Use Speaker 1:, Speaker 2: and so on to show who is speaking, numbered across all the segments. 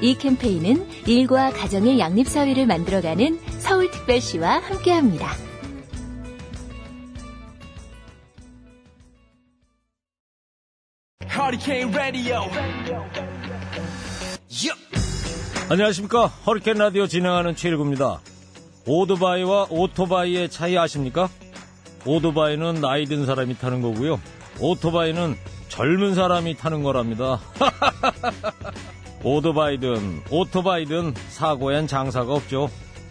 Speaker 1: 이 캠페인은 일과 가정의 양립사회를 만들어가는 서울특별시와 함께합니다.
Speaker 2: 안녕하십니까. 허리케인 라디오 진행하는 최일구입니다. 오토바이와 오토바이의 차이 아십니까? 오토바이는 나이 든 사람이 타는 거고요. 오토바이는 젊은 사람이 타는 거랍니다. 오토바이든 오토바이든 사고엔 장사가 없죠.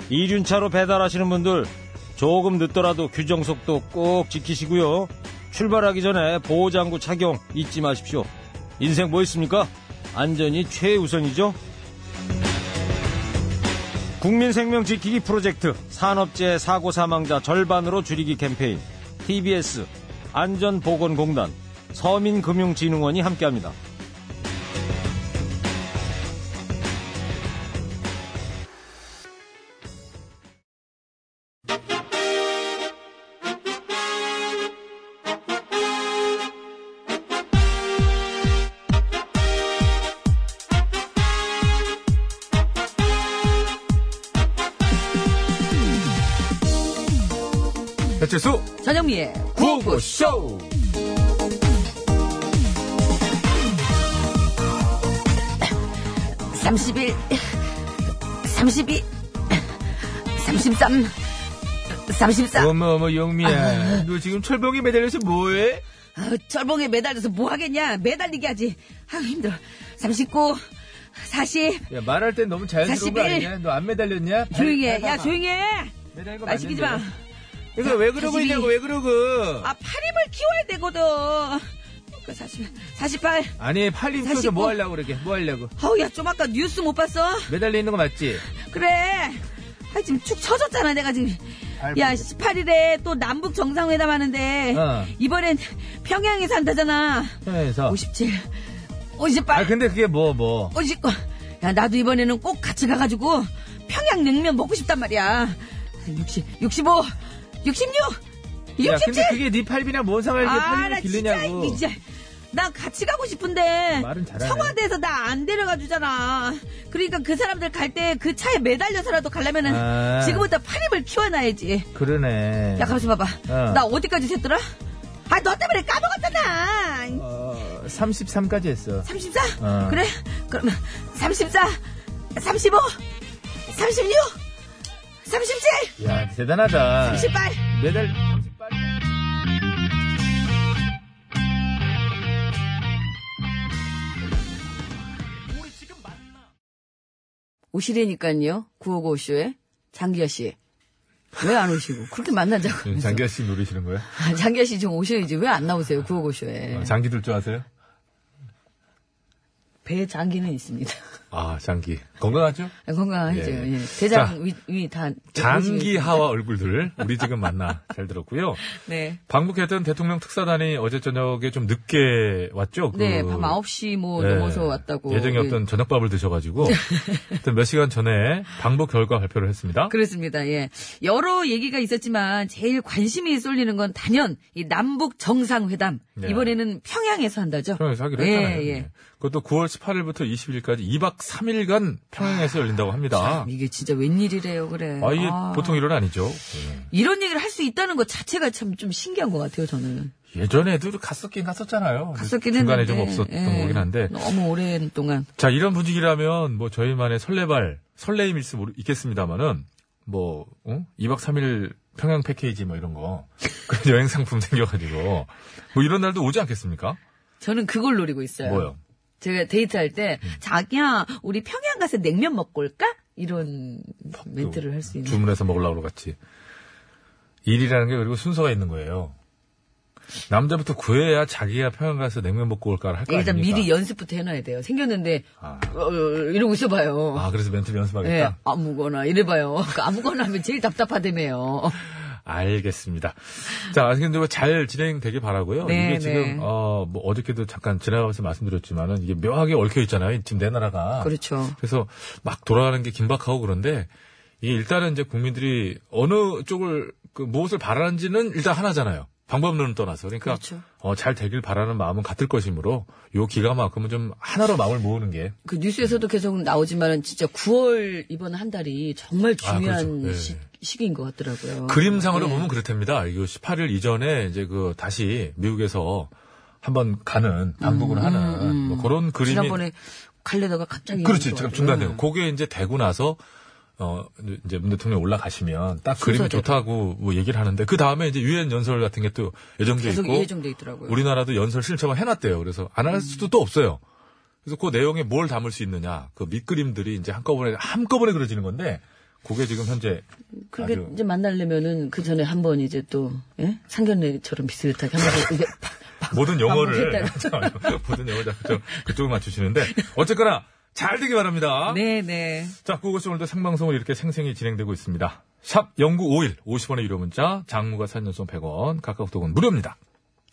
Speaker 2: 이륜차로 배달하시는 분들 조금 늦더라도 규정 속도 꼭 지키시고요. 출발하기 전에 보호장구 착용 잊지 마십시오. 인생 뭐 있습니까? 안전이 최우선이죠. 국민 생명 지키기 프로젝트 산업재해 사고 사망자 절반으로 줄이기 캠페인 TBS 안전보건공단 서민금융진흥원이 함께합니다.
Speaker 3: 배칠수
Speaker 4: 전영미의
Speaker 3: 구호쇼
Speaker 4: 삼십일, 삼십이, 삼십삼, 삼십사.
Speaker 3: 어머 어머 영미야 너 지금 철봉에 매달려서 뭐해?
Speaker 4: 절봉에 아, 매달려서 뭐 하겠냐? 매달리게 하지. 아유 힘들어. 삼십구, 사십.
Speaker 3: 야 말할 땐 너무 자연스러운 거
Speaker 4: 41.
Speaker 3: 아니냐? 너 안 매달렸냐? 발-
Speaker 4: 조용해.
Speaker 3: 발
Speaker 4: 야
Speaker 3: 봐봐.
Speaker 4: 조용해.
Speaker 3: 매달린 거
Speaker 4: 말 시키지 마.
Speaker 3: 맞는데. 그러니까 왜 그러고
Speaker 4: 42.
Speaker 3: 있냐고 왜 그러고
Speaker 4: 아 팔힘을 키워야 되거든. 그러니까 사십, 사십팔.
Speaker 3: 아니 팔 힘써서
Speaker 4: 49.
Speaker 3: 뭐 하려고 그러게 뭐 하려고
Speaker 4: 아우 야 좀 아까 뉴스 못 봤어?
Speaker 3: 매달려 있는 거 맞지?
Speaker 4: 그래. 아 지금 축 처졌잖아 내가 지금.
Speaker 3: 발
Speaker 4: 야 18일에 또 남북 정상회담 하는데
Speaker 3: 어.
Speaker 4: 이번엔 평양에서 한다잖아.
Speaker 3: 해서
Speaker 4: 57,
Speaker 3: 아
Speaker 4: 58,
Speaker 3: 근데 그게 뭐 뭐.
Speaker 4: 59. 어, 야 나도 이번에는 꼭 같이 가가지고 평양 냉면 먹고 싶단 말이야. 60, 65, 66,
Speaker 3: 야
Speaker 4: 67.
Speaker 3: 근데 그게 네 팔비나 뭔 상관이
Speaker 4: 아
Speaker 3: 팔비를
Speaker 4: 나 진짜
Speaker 3: 길르냐고.
Speaker 4: 이게 진짜. 나 같이 가고 싶은데
Speaker 3: 말은 잘하네.
Speaker 4: 청와대에서 나 안 데려가 주잖아. 그러니까 그 사람들 갈 때 그 차에 매달려서라도 가려면은
Speaker 3: 아.
Speaker 4: 지금부터 팔힘을 키워놔야지.
Speaker 3: 그러네.
Speaker 4: 야, 가만있어 봐봐.
Speaker 3: 어.
Speaker 4: 나 어디까지 샜더라? 아, 너 때문에 까먹었잖아!
Speaker 3: 어, 33까지 했어.
Speaker 4: 34?
Speaker 3: 어.
Speaker 4: 그래? 그럼, 34, 35, 36, 37,
Speaker 3: 야 대단하다.
Speaker 4: 38.
Speaker 3: 매달
Speaker 5: 오시라니까요. 9595쇼에. 장기하 씨. 왜 안 오시고. 그렇게 만나자고.
Speaker 3: 음,
Speaker 5: 아,
Speaker 3: 장기하 씨 노리시는 거예요? 어,
Speaker 5: 장기하 씨 좀 오셔야지. 왜 안 나오세요. 9595쇼에.
Speaker 3: 장기 둘 줄 아세요?
Speaker 5: 배에 장기는 있습니다.
Speaker 3: 아 장기 건강하죠?
Speaker 5: 건강하죠.
Speaker 3: 예.
Speaker 5: 예.
Speaker 3: 자.
Speaker 5: 대장 위, 위 다.
Speaker 3: 장기하와 얼굴들 우리 지금 만나 잘 들었고요.
Speaker 5: 네.
Speaker 3: 방북했던 대통령 특사단이 어제 저녁에 좀 늦게 왔죠. 그
Speaker 5: 네. 밤 9시 뭐
Speaker 3: 예,
Speaker 5: 넘어서 왔다고.
Speaker 3: 예정에
Speaker 5: 예.
Speaker 3: 없던 저녁밥을 드셔가지고 하여튼 몇 시간 전에 방북 결과 발표를 했습니다.
Speaker 5: 그렇습니다. 예. 여러 얘기가 있었지만 제일 관심이 쏠리는 건 단연 이 남북 정상회담.
Speaker 3: 네.
Speaker 5: 이번에는 평양에서 한다죠.
Speaker 3: 평양에서 하기로
Speaker 5: 예,
Speaker 3: 했잖아요.
Speaker 5: 예.
Speaker 3: 네. 그것도 9월 18일부터 20일까지 2박 3일간 평양에서 열린다고 합니다.
Speaker 5: 아, 참, 이게 진짜 웬일이래요, 그래.
Speaker 3: 아, 이게
Speaker 5: 아.
Speaker 3: 보통 일은 아니죠. 예.
Speaker 5: 이런 얘기를 할 수 있다는 것 자체가 참 좀 신기한 것 같아요, 저는.
Speaker 3: 예전에도 갔었긴 갔었잖아요.
Speaker 5: 갔었긴
Speaker 3: 중간에
Speaker 5: 했는데.
Speaker 3: 좀 없었던
Speaker 5: 예.
Speaker 3: 거긴 한데.
Speaker 5: 너무 오랜 동안.
Speaker 3: 자, 이런 분위기라면 뭐 저희만의 설레발, 설레임일 수 모르, 있겠습니다만은 뭐, 어? 2박 3일 평양 패키지 뭐 이런 거. 그런 여행 상품 생겨가지고. 뭐 이런 날도 오지 않겠습니까?
Speaker 5: 저는 그걸 노리고 있어요.
Speaker 3: 뭐요? 음.
Speaker 5: 제가 데이트할 때, 자기야, 우리 평양 가서 냉면 먹고 올까? 이런
Speaker 3: 뭐, 그
Speaker 5: 멘트를 할 수 있는.
Speaker 3: 주문해서 먹으려고 같이. 일이라는 게 그리고 순서가 있는 거예요. 남자부터 구해야 자기가 평양 가서 냉면 먹고 올까를 할거
Speaker 4: 예, 일단
Speaker 3: 아닙니까?
Speaker 4: 미리 연습부터 해놔야 돼요. 생겼는데
Speaker 3: 아.
Speaker 4: 어, 이러고 있어봐요.
Speaker 3: 아, 그래서 멘트를
Speaker 4: 예,
Speaker 5: 네.
Speaker 3: 연습하겠다?
Speaker 4: 아무거나 이래봐요. 그러니까 아무거나 하면 제일 답답하다며요.
Speaker 3: 알겠습니다. 자, 근데 뭐잘 진행되길 바라고요.
Speaker 4: 네,
Speaker 3: 이게 지금
Speaker 4: 네.
Speaker 3: 어, 뭐 어저께도 잠깐 지나가면서 말씀드렸지만은 이게 묘하게 얽혀 있잖아요. 지금 내 나라가.
Speaker 4: 그렇죠.
Speaker 3: 그래서 막 돌아가는 게 긴박하고 그런데 이게 일단은 이제 국민들이 어느 쪽을 그 무엇을 바라는지는 일단 하나잖아요. 방법론을 떠나서 그러니까
Speaker 4: 그렇죠.
Speaker 3: 어, 잘 되길 바라는 마음은 같을 것이므로 요 기간만큼은 좀 하나로 마음을 모으는 게
Speaker 4: 그 뉴스에서도 계속 나오지만은 진짜 9월 이번 한 달이 정말
Speaker 3: 아, 그렇죠.
Speaker 4: 중요한
Speaker 3: 예.
Speaker 4: 시, 시기인 것 같더라고요.
Speaker 3: 그림상으로
Speaker 4: 예.
Speaker 3: 보면 그렇답니다. 이 18일 이전에 이제 그 다시 미국에서 한번 가는 방북을 하는 뭐 그런 그림이
Speaker 4: 음, 지난번에 갈래다가 갑자기
Speaker 3: 그렇지
Speaker 4: 이런
Speaker 3: 지금
Speaker 4: 거.
Speaker 3: 중간에
Speaker 4: 예.
Speaker 3: 그게 이제 되고 나서 어 이제 문 대통령 올라가시면 딱 그림이
Speaker 4: 순서대로.
Speaker 3: 좋다고 뭐 얘기를 하는데 그 다음에 이제 유엔 연설 같은 게 또 예정돼
Speaker 4: 계속
Speaker 3: 있고
Speaker 4: 예정돼 있더라고요.
Speaker 3: 우리나라도 연설 신청을 해놨대요. 그래서 안 할 수도 또 없어요. 그래서 그 내용에 뭘 담을 수 있느냐 그 밑그림들이 이제 한꺼번에 한꺼번에 그려지는 건데 그게 지금 현재
Speaker 4: 그게
Speaker 3: 아주-
Speaker 4: 이제 만나려면은 그 전에 한 번 이제 또 예? 상견례처럼 비슷하게 한번 이게 팍-
Speaker 3: 모든 용어를
Speaker 4: 반복했다가.
Speaker 3: 모든 용어 자꾸 그쪽을 맞추시는데 어쨌거나 잘 되기 바랍니다.
Speaker 4: 네네.
Speaker 3: 자, 그것이 오늘도 생방송으로 이렇게 생생히 진행되고 있습니다. 샵 0951, 50원의 유료 문자, 장무가 3년송 100원, 카카오톡은 무료입니다.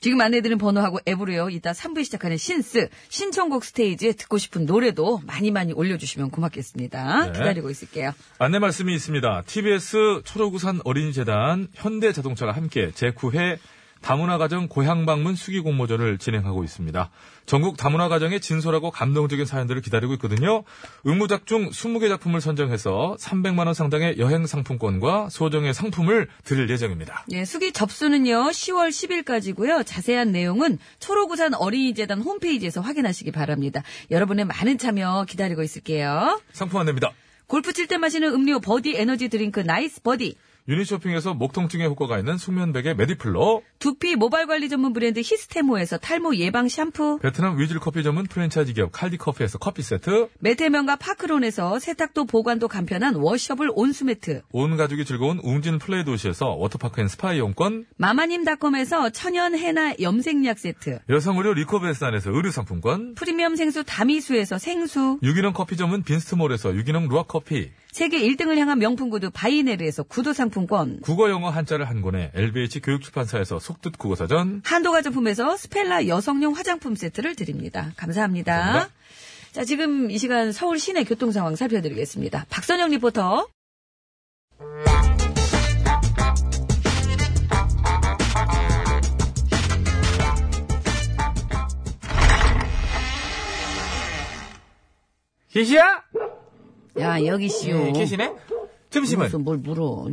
Speaker 4: 지금 안내드린 번호하고 앱으로요. 이따 3부에 시작하는 신스 신청곡 스테이지에 듣고 싶은 노래도 많이 많이 올려주시면 고맙겠습니다.
Speaker 3: 네.
Speaker 4: 기다리고 있을게요.
Speaker 3: 안내 말씀이 있습니다. TBS 초록우산 어린이재단 현대자동차가 함께 제9회 다문화가정 고향방문 수기공모전을 진행하고 있습니다. 전국 다문화가정의 진솔하고 감동적인 사연들을 기다리고 있거든요. 의무작 중 20개 작품을 선정해서 300만원 상당의 여행상품권과 소정의 상품을 드릴 예정입니다.
Speaker 4: 예, 수기 접수는요. 10월 10일까지고요. 자세한 내용은 초록우산 어린이재단 홈페이지에서 확인하시기 바랍니다. 여러분의 많은 참여 기다리고 있을게요.
Speaker 3: 상품 안내입니다.
Speaker 4: 골프 칠 때 마시는 음료 버디 에너지 드링크 나이스 버디.
Speaker 3: 유니쇼핑에서 목통증에 효과가 있는 숙면백의 메디플러,
Speaker 4: 두피 모발 관리 전문 브랜드 히스테모에서 탈모 예방 샴푸.
Speaker 3: 베트남 위즐 커피 전문 프랜차이즈 기업 칼디 커피에서 커피 세트,
Speaker 4: 메테면과 파크론에서 세탁도 보관도 간편한 워셔블 온수매트.
Speaker 3: 온 가족이 즐거운 웅진 플레이 도시에서 워터파크 앤 스파 이용권,
Speaker 4: 마마님닷컴에서 천연 해나 염색약 세트.
Speaker 3: 여성 의료 리코베스안에서 의류 상품권,
Speaker 4: 프리미엄 생수 다미수에서 생수.
Speaker 3: 유기농 커피 전문 빈스트몰에서 유기농 루아 커피,
Speaker 4: 세계 1등을 향한 명품 구두 바이네르에서 구두 상품권.
Speaker 3: 국어 영어 한자를 한 권에 LBH 교육출판사에서 속뜻 국어사전,
Speaker 4: 한도가 제품에서 스펠라 여성용 화장품 세트를 드립니다. 감사합니다.
Speaker 3: 감사합니다.
Speaker 4: 자, 지금 이 시간 서울 시내 교통 상황 살펴드리겠습니다. 박선영 리포터.
Speaker 6: 계시야? 예,
Speaker 4: 야, 여기 씨요.
Speaker 6: 계시네? 점심은?
Speaker 4: 어. 무슨 뭘 물어.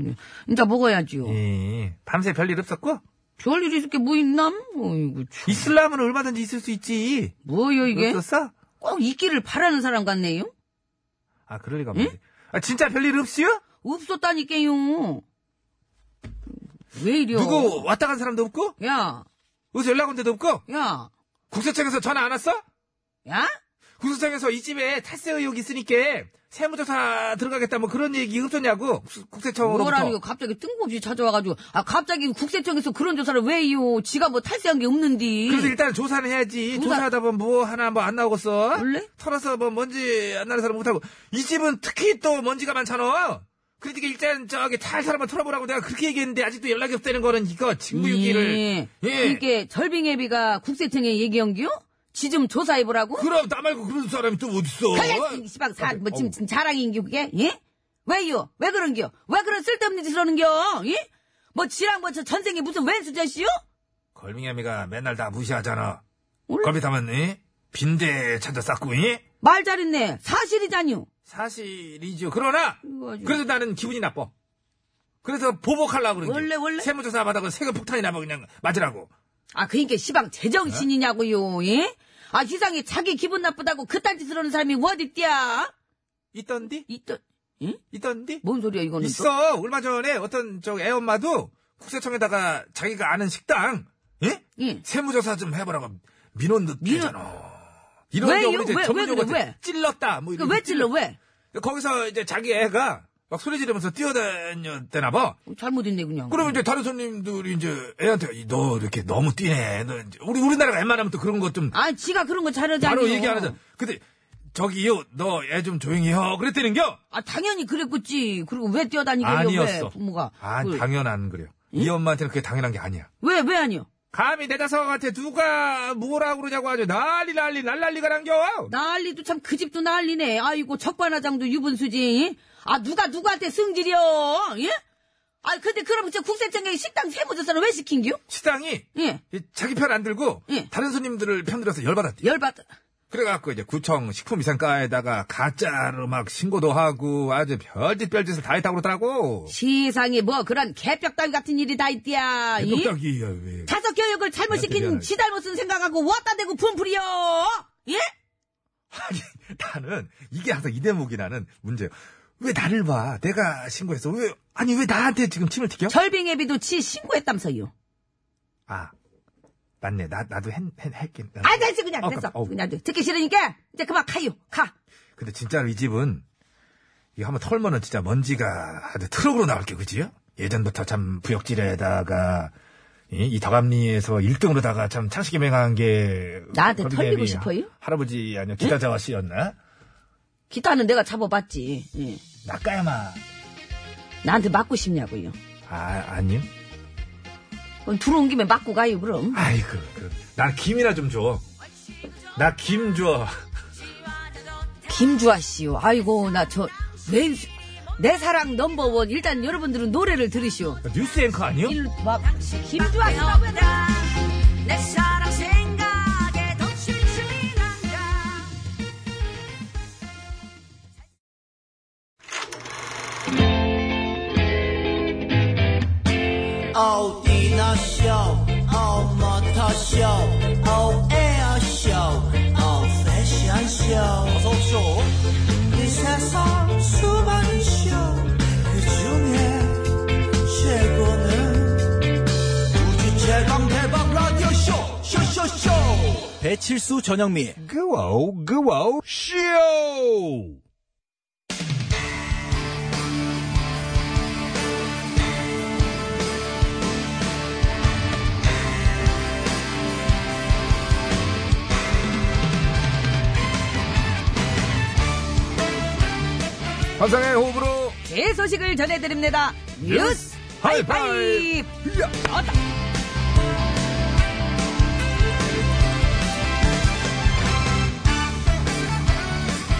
Speaker 4: 이따 먹어야지요.
Speaker 6: 예, 밤새 별일 없었고?
Speaker 4: 별일 있을 게 뭐 있남? 어이구, 참.
Speaker 6: 이슬람은 얼마든지 있을 수 있지.
Speaker 4: 뭐요, 이게?
Speaker 6: 없었어?
Speaker 4: 꼭 있기를 바라는 사람 같네요?
Speaker 6: 아, 그럴 리가 없네. 아, 진짜 별일 없이요?
Speaker 4: 어. 없었다니까요. 왜 이려?
Speaker 6: 누구 왔다 간 사람도 없고?
Speaker 4: 야,
Speaker 6: 어디서 연락 온 데도 없고?
Speaker 4: 야,
Speaker 6: 국세청에서 전화 안 왔어?
Speaker 4: 야?
Speaker 6: 국세청에서 이 집에 탈세 의혹이 있으니까 세무조사 들어가겠다 뭐 그런 얘기 없었냐고 국- 국세청으로부터
Speaker 4: 뭐라니까 갑자기 뜬금없이 찾아와가지고 아 갑자기 국세청에서 그런 조사를 왜요? 지가 뭐 탈세한 게 없는디?
Speaker 6: 그래서 일단 조사는 해야지
Speaker 4: 조사-
Speaker 6: 조사... 하다 보면 뭐 하나 뭐 안 나오겠어
Speaker 4: 원래?
Speaker 6: 털어서 뭐 먼지 안 나는 사람 못하고 이 집은 특히 또 먼지가 많잖아 그러니까 일단 저기 탈 사람만 털어보라고 내가 그렇게 얘기했는데 아직도 연락이 없다는 거는 이거 직무유기를
Speaker 4: 예.
Speaker 6: 예.
Speaker 4: 이게 절빙애비가 국세청에 얘기한겨? 지 좀 조사해보라고?
Speaker 6: 그럼 뭐, 나 말고 그런 사람이 또 어딨어
Speaker 4: 그래, 씨발, 사, 뭐, 지금, 지금 자랑인겨, 그게? 예? 왜요? 왜 그런겨? 왜 그런 쓸데없는 짓을 하는겨? 예? 뭐, 지랑 뭐, 저 전생에 무슨 왼수자씨요?
Speaker 6: 걸빙애미가 맨날 다 무시하잖아
Speaker 4: 원래-
Speaker 6: 걸비타면 이? 빈대 찾아 쌓고 이?
Speaker 4: 말 잘했네. 사실이잖요.
Speaker 6: 사실이죠. 그러나
Speaker 4: 이거 아주-
Speaker 6: 그래서 나는 기분이 나빠. 그래서 보복하려고 그러는
Speaker 4: 원래,
Speaker 6: 게.
Speaker 4: 원래?
Speaker 6: 세무조사 받아가 세금 폭탄이 나면 그냥 맞으라고.
Speaker 4: 아, 그니까, 시방,
Speaker 3: 네?
Speaker 4: 제정신이냐고요, 예? 아, 세상에 자기 기분 나쁘다고 그딴 짓을 하는 사람이 어딨디야?
Speaker 6: 있던디?
Speaker 4: 이또, 응?
Speaker 6: 있던디?
Speaker 4: 뭔 소리야, 뭐 이거는. 또?
Speaker 6: 있어. 얼마 전에 어떤 저 애엄마도 국세청에다가 자기가 아는 식당 예?
Speaker 4: 예.
Speaker 6: 세무조사 좀 해보라고 민원 넣잖아. 이런
Speaker 4: 왜요?
Speaker 6: 경우 이제
Speaker 4: 왜, 왜
Speaker 6: 전문용어
Speaker 4: 그래, 왜?
Speaker 6: 찔렀다. 뭐
Speaker 4: 그
Speaker 6: 이런
Speaker 4: 왜 찔러, 왜?
Speaker 6: 거기서 이제 자기 애가
Speaker 3: 막 소리 지르면서 뛰어다녔대나 봐.
Speaker 4: 잘못 있네 그냥.
Speaker 3: 그러면 이제 다른 손님들이 이제 애한테 "이, 너 이렇게 너무 뛰네. 너 이제 우리 우리나라가 웬만하면 또 그런 것좀
Speaker 4: 아 지가 그런 거 잘하지 않아요.
Speaker 3: 바로 얘기 안 하잖아. 근데 저기요 너 애 좀 조용히 해요. 그랬다는겨.
Speaker 4: 아 당연히 그랬겠지. 그리고 왜 뛰어다니길래
Speaker 3: 아니었어.
Speaker 4: 왜 예? 부모가
Speaker 3: 아 당연 안 그래요. 이 엄마한테는 그게 당연한 게 아니야.
Speaker 4: 왜 왜 아니요?
Speaker 3: 감히 내 자석한테 누가 뭐라고 그러냐고 아주 난리 난리 날난리가 난겨.
Speaker 4: 난리도 참 그 집도 난리네. 아이고 적반하장도 유분수지. 아 누가 누구한테 승질이여? 예? 아 근데 그럼 저 국세청에 식당 세무조사는 왜 시킨겨?
Speaker 3: 식당이
Speaker 4: 예.
Speaker 3: 이 자기 편 안 들고
Speaker 4: 예.
Speaker 3: 다른 손님들을 편 들어서 열받았대.
Speaker 4: 열받아.
Speaker 3: 그래갖고 이제 구청 식품위생과에다가 가짜로 막 신고도 하고 아주 별짓 별짓을 다 했다고 그러더라고.
Speaker 4: 세상에 뭐 그런 개벽 따위 같은 일이 다 있디야. 아, 이?
Speaker 3: 똑딱이야 왜?
Speaker 4: 자석 교육을 잘못
Speaker 3: 나한테 미안하지.
Speaker 4: 시킨 지 잘못은 생각하고 왔다 대고 분풀이여. 예?
Speaker 3: 아니 나는 이게 항상 이 대목이 나는 문제예요. 왜 나를 봐? 내가 신고했어. 왜 아니 왜 나한테 지금 침을 튀겨?
Speaker 4: 절빙애비도 지 신고했담서요.
Speaker 3: 아 맞네 나 나도 했, 했, 했긴. 나도.
Speaker 4: 아, 됐어, 그냥
Speaker 3: 어,
Speaker 4: 됐어.
Speaker 3: 깜- 어우.
Speaker 4: 그냥 돼. 듣기 싫으니까 이제 그만 가요. 가.
Speaker 3: 근데 진짜로 이 집은 이거 한번 털면은 진짜 먼지가 아주 트럭으로 나올 게 그지요? 예전부터 참 부역질에다가 이, 이 더감리에서 1등으로다가 참 창식이 맹한 게
Speaker 4: 나한테
Speaker 3: 거기
Speaker 4: 털리고
Speaker 3: 내미
Speaker 4: 싶어요?
Speaker 3: 할아버지 아니요 기타자와 씨였나?
Speaker 4: 기타는 내가 잡아봤지. 예.
Speaker 3: 나까야마
Speaker 4: 나한테 맞고 싶냐고요.
Speaker 3: 아 아니요?
Speaker 4: 그럼 들어온 김에 맞고 가요, 그럼.
Speaker 3: 아이고 그, 나 김이나 좀줘나 김줘
Speaker 4: 김주아 씨요. 아이고, 나 저, 웬, 수- 내 사랑 넘버원. 일단 여러분들은 노래를 들으시오.
Speaker 3: 뉴스 앵커 아니요?
Speaker 4: 일로 와. 김주아 씨라고 해라.
Speaker 7: 내 사랑 생각에 더 심심이 난다.
Speaker 6: 어디나 쇼 어머터 쇼 어에어 쇼 어패션 쇼 어서 오쇼 이 세상 수많은 쇼그 중에 최고는 우주 최강 대박 라디오 쇼 쇼쇼쇼 배칠수 전영미
Speaker 3: 그와우 그와우 쇼 환상의 호흡으로
Speaker 4: 제 소식을 전해드립니다. 뉴스 하이파이브. 어따.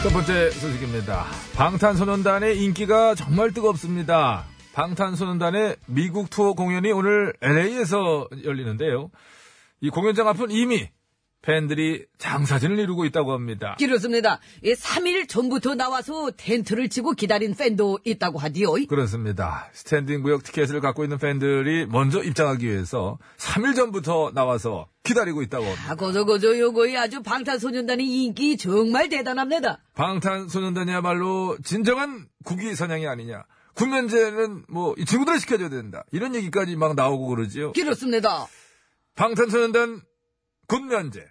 Speaker 3: 첫 번째 소식입니다. 방탄소년단의 인기가 정말 뜨겁습니다. 방탄소년단의 미국 투어 공연이 오늘 LA에서 열리는데요. 이 공연장 앞은 이미 팬들이 장사진을 이루고 있다고 합니다.
Speaker 4: 그렇습니다. 3일 전부터 나와서 텐트를 치고 기다린 팬도 있다고 하디요.
Speaker 3: 그렇습니다. 스탠딩 구역 티켓을 갖고 있는 팬들이 먼저 입장하기 위해서 3일 전부터 나와서 기다리고 있다고 합니다.
Speaker 4: 아, 거저, 거저, 요거이 아주 방탄소년단의 인기 정말 대단합니다.
Speaker 3: 방탄소년단이야말로 진정한 국위 선양이 아니냐. 군면제는 뭐 이 친구들을 시켜줘야 된다. 이런 얘기까지 막 나오고 그러지요.
Speaker 4: 그렇습니다.
Speaker 3: 방탄소년단 군면제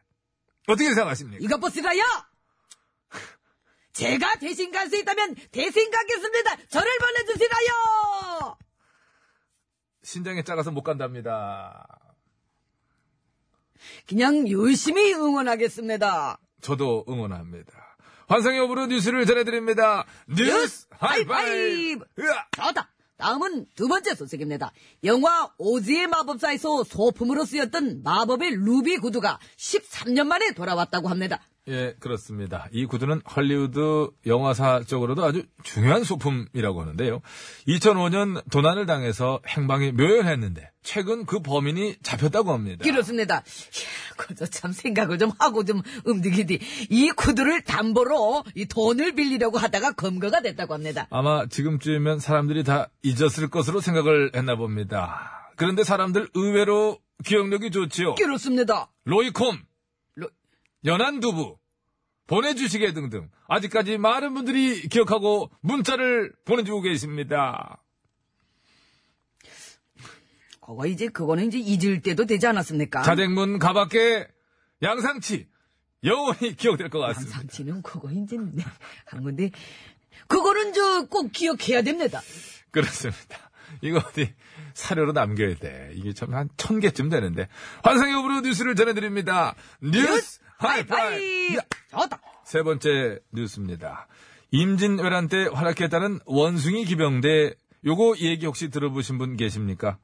Speaker 3: 어떻게 생각하십니까?
Speaker 4: 이것 보시라요! 제가 대신 갈 수 있다면 대신 가겠습니다! 저를 보내주시라요!
Speaker 3: 신장에 작아서 못 간답니다.
Speaker 4: 그냥 열심히 응원하겠습니다.
Speaker 3: 저도 응원합니다. 환상의 오브로 뉴스를 전해드립니다. 뉴스
Speaker 4: 뉴스
Speaker 3: 하이파이브!
Speaker 4: 하이파이브!
Speaker 3: 으아!
Speaker 4: 좋다. 다음은 두 번째 소식입니다. 영화 오지의 마법사에서 소품으로 쓰였던 마법의 루비 구두가 13년 만에 돌아왔다고 합니다.
Speaker 3: 예, 그렇습니다. 이 구두는 헐리우드 영화사 쪽으로도 아주 중요한 소품이라고 하는데요. 2005년 도난을 당해서 행방이 묘연했는데 최근 그 범인이 잡혔다고 합니다.
Speaker 4: 그렇습니다. 야, 그저 참 생각을 좀 하고 좀 움직이디. 이 구두를 담보로 이 돈을 빌리려고 하다가 검거가 됐다고 합니다.
Speaker 3: 아마 지금쯤이면 사람들이 다 잊었을 것으로 생각을 했나 봅니다. 그런데 사람들 의외로 기억력이 좋지요.
Speaker 4: 그렇습니다.
Speaker 3: 로이콤,
Speaker 4: 로-
Speaker 3: 연안두부, 보내주시게 등등 아직까지 많은 분들이 기억하고 문자를 보내주고 계십니다.
Speaker 4: 그거 이제 그거는 이제 잊을 때도 되지 않았습니까?
Speaker 3: 자댕문 네. 가밖에 양상치 영원히 기억될 것 같습니다.
Speaker 4: 상치는 그거 이제 네. 한 건데 그거는 저 꼭 기억해야 됩니다.
Speaker 3: 그렇습니다. 이거 어디 사료로 남겨야 돼. 이게 참 한 천 개쯤 되는데. 환상의 오브로 뉴스를 전해드립니다. 뉴스 하이파이!
Speaker 4: 좋다.
Speaker 3: 세 번째 뉴스입니다. 임진왜란 때 활약했다는 원숭이 기병대 요거 얘기 혹시 들어보신 분 계십니까?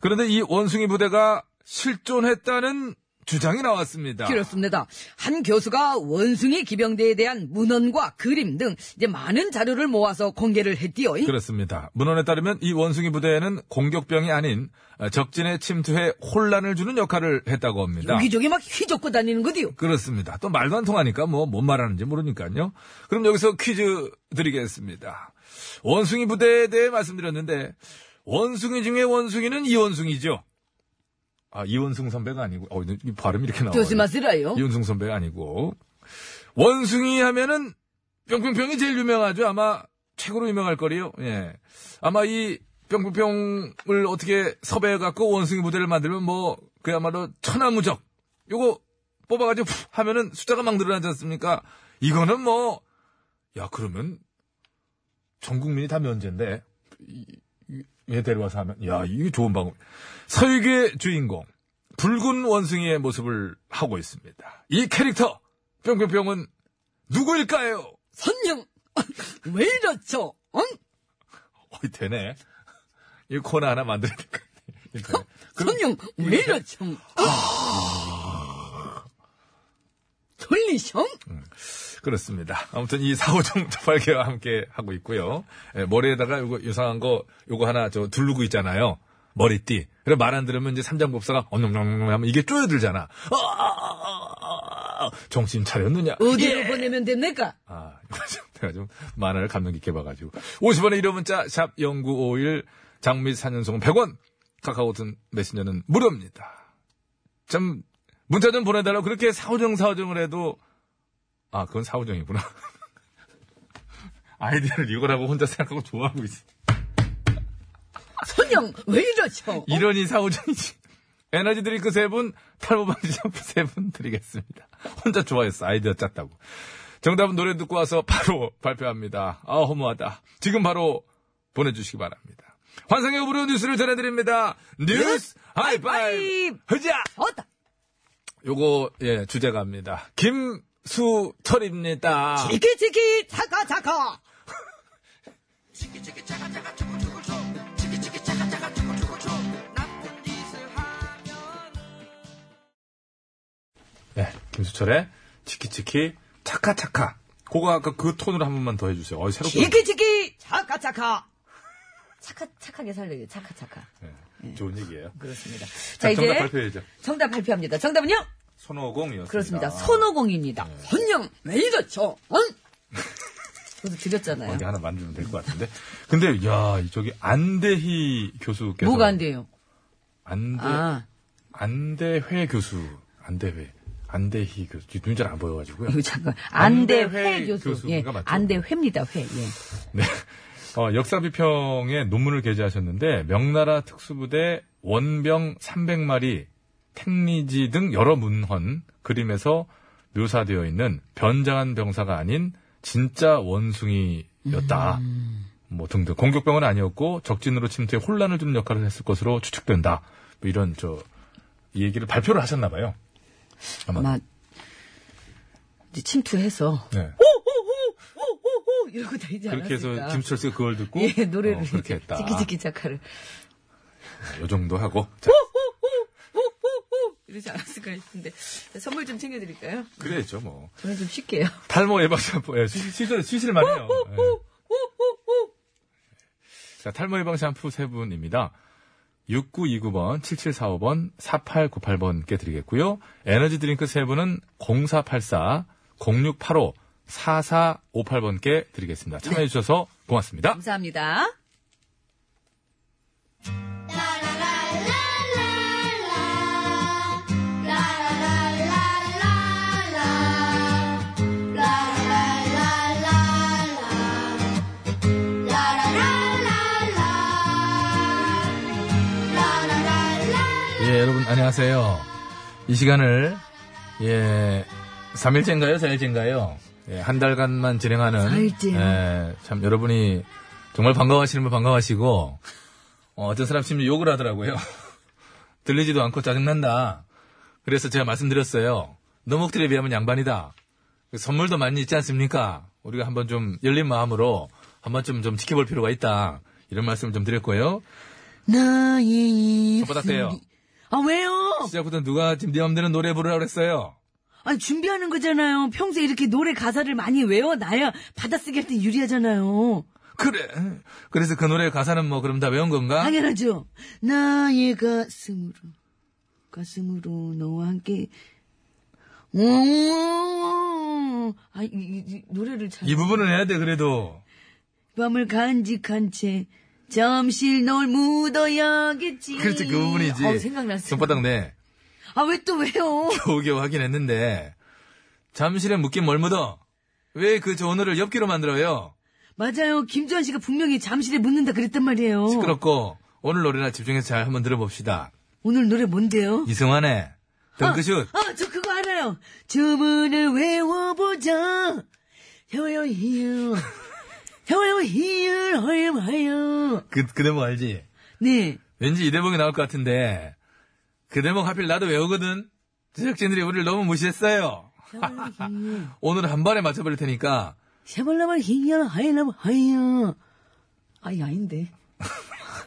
Speaker 3: 그런데 이 원숭이 부대가 실존했다는 주장이 나왔습니다.
Speaker 4: 그렇습니다. 한 교수가 원숭이 기병대에 대한 문헌과 그림 등 이제 많은 자료를 모아서 공개를 했디요.
Speaker 3: 그렇습니다. 문헌에 따르면 이 원숭이 부대에는 공격병이 아닌 적진의 침투에 혼란을 주는 역할을 했다고 합니다.
Speaker 4: 여기저기 막 휘젓고 다니는 거디요.
Speaker 3: 그렇습니다. 또 말도 안 통하니까 뭐 뭔 말하는지 모르니까요. 그럼 여기서 퀴즈 드리겠습니다. 원숭이 부대에 대해 말씀드렸는데 원숭이 중에 원숭이는 이원숭이죠. 아 이원숭 선배가 아니고 어, 이 발음 이렇게 나와요.
Speaker 4: 조심하시라요.
Speaker 3: 이원숭 선배가 아니고 원숭이 하면은 뿅뿅뿅이 제일 유명하죠. 아마 최고로 유명할 거리요. 예. 아마 이 뿅뿅뿅을 어떻게 섭외해 갖고 원숭이 모델을 만들면 뭐 그야말로 천하무적. 요거 뽑아가지고 푹 하면은 숫자가 막 늘어나지 않습니까? 이거는 뭐, 야, 그러면 전 국민이 다 면제인데, 이- 이- 얘 데려와서 하면, 야, 이게 좋은 방법. 서유기의 주인공, 붉은 원숭이의 모습을 하고 있습니다. 이 캐릭터, 뿅뿅뿅은 누구일까요?
Speaker 4: 선영 왜 이렇죠? 응?
Speaker 3: 어이, 되네. 이 코너 하나 만들어야 될 것 같아.
Speaker 4: 선영 왜 이렇죠?
Speaker 3: 아.
Speaker 4: 졸리셩?
Speaker 3: 그렇습니다. 아무튼 이 사오정 발개와 함께 하고 있고요. 예, 머리에다가 요거 유상한 거 요거 하나 저 두르고 있잖아요. 머리띠. 그래 말 안 들으면 이제 삼장법사가 엄놈놈놈 하면 이게 쪼여들잖아. 아, 아, 아, 아, 아. 정신 차렸느냐?
Speaker 4: 어디로 보내면 됩니까?
Speaker 3: 아, 이거 좀 내가 좀 만화를 감명 깊게 봐가지고. 50원의 이호 문자, 샵 0951, 장미 산연송은 100원, 카카오톡 메신저는 무료입니다. 참, 문자 좀 보내달라고 그렇게 사오정 사오정을 해도, 아, 그건 사오정이구나. 아이디어를 이거라고 혼자 생각하고 좋아하고 있어.
Speaker 4: 선영 왜 이렇죠?
Speaker 3: 이러니 사오정이지. 에너지 드링크 세 분, 탈모 방지 샴푸 세 분 드리겠습니다. 혼자 좋아했어. 아이디어 짰다고. 정답은 노래 듣고 와서 바로 발표합니다. 아, 허무하다. 지금 바로 보내주시기 바랍니다. 환상의 오브로 뉴스를 전해드립니다. 뉴스 하이파이브! 흐자!
Speaker 4: 어다
Speaker 3: 요거, 예, 주제가입니다. 김수철입니다.
Speaker 4: 지키 지키 차가 차가
Speaker 3: 네, 김수철의 치키치키 차카차카. 그거 아까 그 톤으로 한 번만 더 해주세요. 어, 새롭게.
Speaker 4: 지키 지키 차가 차가
Speaker 8: 착하, 착하게 살려요. 착하, 착하.
Speaker 3: 네, 좋은 얘기예요.
Speaker 4: 그렇습니다.
Speaker 8: 자,
Speaker 3: 정답
Speaker 8: 이제
Speaker 3: 발표해야죠.
Speaker 8: 정답 발표합니다. 정답은요?
Speaker 3: 손오공이었습니다. 아,
Speaker 8: 그렇습니다. 네. 손오공입니다.
Speaker 4: 선영 왜 이렇죠? 응?
Speaker 8: 저도 드렸잖아요. 네.
Speaker 3: 거기 하나 만들면 될 것 같은데. 근데 야 저기 안대희 교수께서
Speaker 8: 뭐가 안 돼요?
Speaker 3: 안대
Speaker 8: 아,
Speaker 3: 안대회 교수 안대회 안대희 교수 눈이 잘 안 보여가지고요.
Speaker 8: 이거 잠깐.
Speaker 3: 안대회
Speaker 8: 안대회, 교수.
Speaker 3: 교수가
Speaker 8: 예,
Speaker 3: 맞죠?
Speaker 8: 안대회입니다, 회. 예.
Speaker 3: 네. 어, 역사 비평에 논문을 게재하셨는데 명나라 특수부대 원병 300마리 택리지 등 여러 문헌 그림에서 묘사되어 있는 변장한 병사가 아닌 진짜 원숭이였다.
Speaker 8: 음.
Speaker 3: 뭐 등등 공격병은 아니었고 적진으로 침투에 혼란을 준 역할을 했을 것으로 추측된다. 뭐 이런 저 얘기를 발표를 하셨나 봐요. 아마.
Speaker 8: 아마, 이제 침투해서,
Speaker 3: 네.
Speaker 8: 호호호! 이러고 다니지
Speaker 3: 그렇게 해서
Speaker 8: 않았을까.
Speaker 3: 김철 씨가 그걸 듣고
Speaker 8: 예, 노래를.
Speaker 3: 어, 그렇게 했다.
Speaker 8: 지키지키 착하를.
Speaker 3: 요 정도 하고 자,
Speaker 8: 호호호! 이러지 않았을까 싶은데. 자, 선물 좀 챙겨드릴까요?
Speaker 3: 그래야죠 뭐.
Speaker 8: 저는 좀 쉴게요.
Speaker 3: 탈모 예방 샴푸. 예, 시- 시술, 시술만 해요. 예. 자, 탈모 예방 샴푸 세 분입니다. 6929번, 7745번, 4898번께 드리겠고요. 에너지 드링크 세 분은 0484, 0685, 4458번께 드리겠습니다. 참여해주셔서 고맙습니다.
Speaker 8: 감사합니다.
Speaker 3: 예, 여러분, 안녕하세요. 이 시간을, 예, 3일째인가요? 4일째인가요? 예, 한 달간만 진행하는
Speaker 4: 알지요.
Speaker 3: 예, 참 여러분이 정말 반가워하시는 분 반가워하시고 어, 어떤 사람 심지어 욕을 하더라고요. 들리지도 않고 짜증난다. 그래서 제가 말씀드렸어요. 너목들에 비하면 양반이다. 선물도 많이 있지 않습니까? 우리가 한번 좀 열린 마음으로 한번 좀, 좀 지켜볼 필요가 있다. 이런 말씀을 좀 드렸고요.
Speaker 9: 나의
Speaker 3: 손바닥 대요.
Speaker 9: 아 왜요?
Speaker 3: 시작부터 누가 지금 네 맘대로 노래 부르라고 그랬어요.
Speaker 9: 아니 준비하는 거잖아요. 평소에 이렇게 노래 가사를 많이 외워놔야 받아쓰기 할 때 유리하잖아요.
Speaker 3: 그래. 그래서 그 노래 가사는 뭐 그럼 다 외운 건가?
Speaker 9: 당연하죠. 나의 가슴으로 가슴으로 너와 함께 오, 아, 이, 이- 이 노래를 잘.
Speaker 3: 이 부분은 해야 돼, 그래도.
Speaker 9: 밤을 간직한 채 잠실 널 묻어야겠지.
Speaker 3: 그렇지, 그 부분이지. 그
Speaker 9: 어, 생각났어.
Speaker 3: 손바닥 내.
Speaker 9: 아 왜 또 왜요?
Speaker 3: 겨우겨우 하긴 했는데. 잠실에 묶인 뭘 묻어? 왜 그 좋은 을를 엽기로 만들어요?
Speaker 9: 맞아요. 김주환 씨가 분명히 잠실에 묻는다 그랬단 말이에요.
Speaker 3: 시끄럽고, 오늘 노래나 집중해서 잘 한번 들어봅시다.
Speaker 9: 오늘 노래 뭔데요?
Speaker 3: 이승환의 덩크슛.
Speaker 4: 어,
Speaker 9: 아, 저 그거 알아요. 주문을 외워보자. 혀요, 히요. 혀요, 히을, 헐, 하요.
Speaker 3: 그, 그 대목 알지?
Speaker 9: 네.
Speaker 3: 왠지 이 대목이 나올 것 같은데. 그 대목 하필 나도 외우거든? 제작진들이 우리를 너무 무시했어요. 오늘 한 발에 맞춰버릴 테니까
Speaker 9: 샤벌라발 히요, 하이라발 하요. 아니, 아닌데.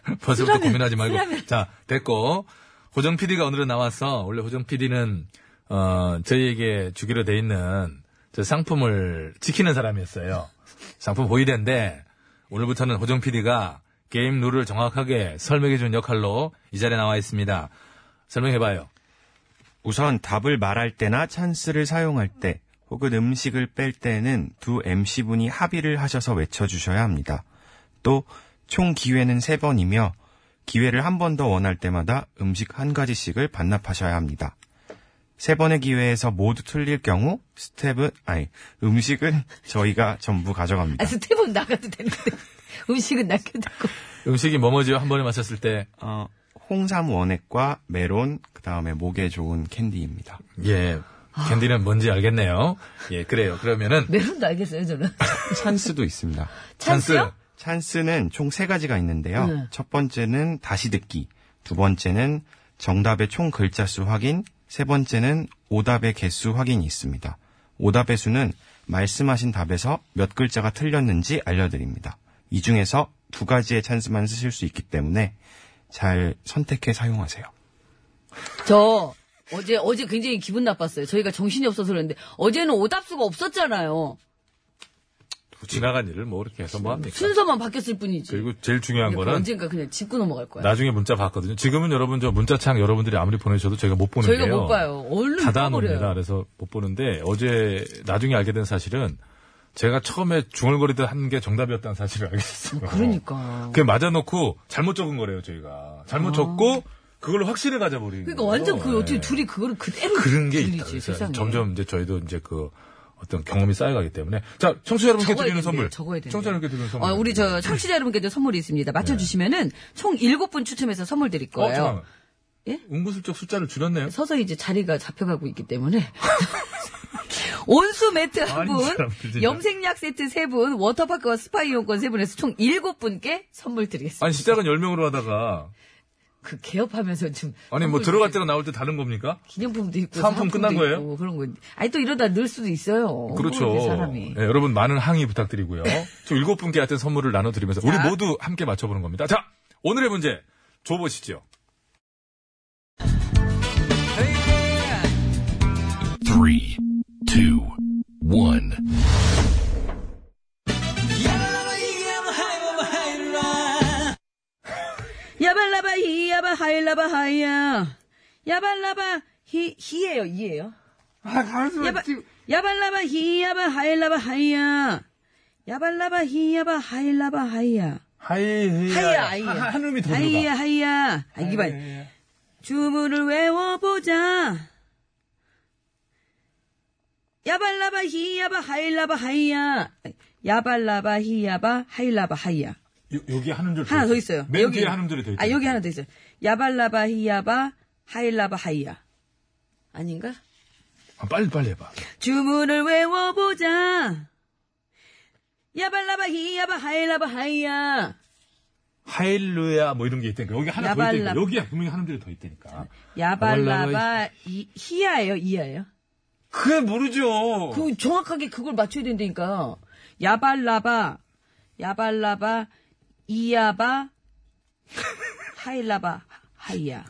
Speaker 3: 벌써부터
Speaker 9: 쓰라면,
Speaker 3: 고민하지 말고.
Speaker 9: 쓰라면.
Speaker 3: 자, 됐고. 호정 PD가 오늘은 나와서, 원래 호정 PD는, 어, 저희에게 주기로 돼 있는 저 상품을 지키는 사람이었어요. 상품 보이덴데, 오늘부터는 호정 PD가 게임 룰을 정확하게 설명해준 역할로 이 자리에 나와 있습니다. 설명해봐요.
Speaker 2: 우선 답을 말할 때나 찬스를 사용할 때 혹은 음식을 뺄 때는 두 MC분이 합의를 하셔서 외쳐주셔야 합니다. 또 총 기회는 세번이며 기회를 한 번 더 원할 때마다 음식 한 가지씩을 반납하셔야 합니다. 세번의 기회에서 모두 틀릴 경우 스텝은 아니 음식은 저희가 전부 가져갑니다.
Speaker 4: 아, 스텝은 나가도 되는데. 음식은 남겨두고.
Speaker 3: 음식이 뭐뭐지요? 한 번에 맞췄을 때.
Speaker 2: 어, 홍삼 원액과 메론 그다음에 목에 좋은 캔디입니다.
Speaker 3: 예.
Speaker 9: 아.
Speaker 3: 캔디는 뭔지 알겠네요. 예, 그래요. 그러면은.
Speaker 4: 메론도 알겠어요, 저는.
Speaker 2: 찬스도 있습니다.
Speaker 3: 찬스.
Speaker 2: 찬스는 총 세 가지가 있는데요.
Speaker 4: 네.
Speaker 2: 첫 번째는 다시 듣기, 두 번째는 정답의 총 글자 수 확인, 세 번째는 오답의 개수 확인이 있습니다. 오답의 수는 말씀하신 답에서 몇 글자가 틀렸는지 알려드립니다. 이 중에서 두 가지의 찬스만 쓰실 수 있기 때문에 잘 선택해 사용하세요.
Speaker 4: 저 어제 어제 굉장히 기분 나빴어요. 저희가 정신이 없어서 그랬는데 어제는 오답수가 없었잖아요.
Speaker 6: 지나간 일을 뭐 이렇게 해서 뭐 합니까?
Speaker 4: 순서만 바뀌었을 뿐이지.
Speaker 6: 그리고 제일
Speaker 4: 근데 예.
Speaker 6: 중요한
Speaker 4: 그거
Speaker 6: 거는
Speaker 4: 그러니까 언젠가 그냥 짚고 넘어갈 거야.
Speaker 6: 나중에 문자 봤거든요. 지금은 여러분 저 문자창 여러분들이 아무리 보내셔도 저희가 못 보는
Speaker 4: 저희가
Speaker 6: 게요.
Speaker 4: 못 봐요. 얼른
Speaker 6: 닫아놓습니다.
Speaker 4: 까버려요.
Speaker 6: 그래서 못 보는데 어제 나중에 알게 된 사실은 제가 처음에 중얼거리듯 한 게 정답이었다는 사실을 알게 됐어요.
Speaker 4: 그러니까.
Speaker 6: 그게 맞아놓고 잘못 적은 거래요 저희가. 잘못 적고 그걸로 확실히 가져버리는.
Speaker 4: 아. 그러니까 완전
Speaker 6: 거예요.
Speaker 4: 그
Speaker 6: 네.
Speaker 4: 어떻게 둘이 그거를 그대로
Speaker 6: 그런 게
Speaker 4: 들리지,
Speaker 6: 있다. 그래서
Speaker 4: 세상에.
Speaker 6: 점점 이제 저희도 이제 그 어떤 경험이 쌓여가기 때문에 자 청취자 여러분께
Speaker 4: 적어야 된대요.
Speaker 6: 드리는 선물.
Speaker 4: 적어야 된대요.
Speaker 6: 청취자 여러분께 드리는 선물. 네.
Speaker 4: 어, 우리 저 청취자 여러분께도 선물이 있습니다. 맞춰주시면은 총 일곱 분 추첨해서 선물 드릴
Speaker 6: 어,
Speaker 4: 거예요.
Speaker 6: 잠깐만.
Speaker 4: 예?
Speaker 6: 은근슬쩍 숫자를 줄였네요.
Speaker 4: 서서히 이제 자리가 잡혀가고 있기 때문에. 온수 매트 한
Speaker 6: 아니,
Speaker 4: 분,
Speaker 6: 사람들 진짜.
Speaker 4: 염색약 세트 세 분, 워터파크와 스파 이용권 세 분에서 총 일곱 분께 선물 드리겠습니다.
Speaker 6: 아니 시작은 10명으로 하다가
Speaker 4: 그 개업하면서 좀.
Speaker 6: 아니 뭐
Speaker 4: 선물
Speaker 6: 들어갈
Speaker 4: 드리-
Speaker 6: 때랑 나올 때 다른 겁니까?
Speaker 4: 기념품도 있고.
Speaker 6: 사은품
Speaker 4: 사은품도
Speaker 6: 끝난 거예요?
Speaker 4: 있고 그런 거. 아니 또 이러다 늘 수도 있어요.
Speaker 6: 그렇죠.
Speaker 4: 모르게 사람이.
Speaker 6: 예, 여러분 많은 항의 부탁드리고요. 저 일곱 분께 하여튼 선물을 나눠드리면서 우리
Speaker 4: 자.
Speaker 6: 모두 함께 맞춰보는 겁니다. 자 오늘의 문제 줘보시죠.
Speaker 4: 야발라바 히, 야바 하일라바 하야. 야발라바 히, 히예요, 이예요. 아, 야바, 야발라바 히, 야바 하일라바 하야. 야발라바 히, 야바 하일라바 하야.
Speaker 6: 하이
Speaker 4: 하이야, 하이야.
Speaker 6: 한음이 더
Speaker 4: 하이야,
Speaker 6: 들어가.
Speaker 4: 하이야. 아, 이게 봐. 주문을 외워보자. 야발라바 히야바 하일라바 하이야. 야발라바 히야바 하일라바 하이야.
Speaker 6: 요, 여기 한음 줄
Speaker 4: 하나 더 있어요.
Speaker 6: 맨 뒤에 한음 줄이 더 있죠.
Speaker 4: 아, 여기 하나 더 있어요. 야발라바 히야바 하일라바 하이야. 아닌가?
Speaker 3: 아, 빨리 빨리 해봐.
Speaker 4: 주문을 외워보자. 야발라바 히야바 하일라바 하이야.
Speaker 3: 하일루야 뭐 이런 게 있다니까 여기 하나 더 있다니까
Speaker 4: 야발라.
Speaker 3: 여기야 분명히 하는 데로 더 있다니까.
Speaker 4: 야발라바 히- 히야예요, 이야예요?
Speaker 3: 그게 모르죠.
Speaker 4: 그 정확하게 그걸 맞춰야 된다니까. 야발라바, 야발라바, 이야바, 하일라바, 하이야.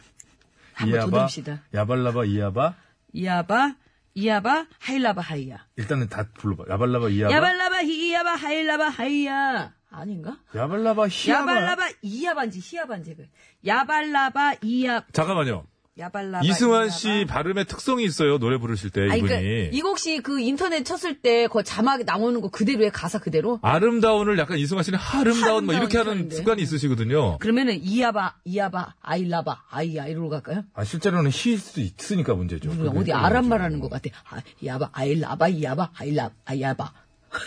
Speaker 4: 한번
Speaker 3: 이야바
Speaker 4: 도듬시다.
Speaker 3: 야발라바 이야바
Speaker 4: 이야바, 이야바, 하일라바, 하이야.
Speaker 3: 일단은 다 불러봐. 야발라바 이야바
Speaker 4: 야발라바, 히야바, 하일라바, 하이야. 아닌가?
Speaker 3: 야발라바 히야바
Speaker 4: 야발라바, 이야반지, 히야반지. 그 야발라바, 이야,
Speaker 3: 잠깐만요.
Speaker 4: 야발라바.
Speaker 3: 이승환
Speaker 4: 이야바.
Speaker 3: 씨 발음의 특성이 있어요. 노래 부르실 때
Speaker 10: 아니,
Speaker 3: 이분이.
Speaker 10: 그러니까 이거 혹시 그 인터넷 쳤을 때 그 자막에 나오는 거 그대로의 가사 그대로?
Speaker 3: 아름다운을 약간 이승환 씨는 하름다운 뭐
Speaker 10: 하름다운
Speaker 3: 이렇게 하는
Speaker 10: 편인데.
Speaker 3: 습관이 있으시거든요.
Speaker 4: 그러면은, 이야바, 이야바, 아일라바, 아이야. 이러로 갈까요?
Speaker 3: 아, 실제로는 히일 수도 있으니까 문제죠.
Speaker 4: 우리가 어디 아랍 말하는 것 같아. 아, 야바, 아일라바, 야바, 아일라, 아야바.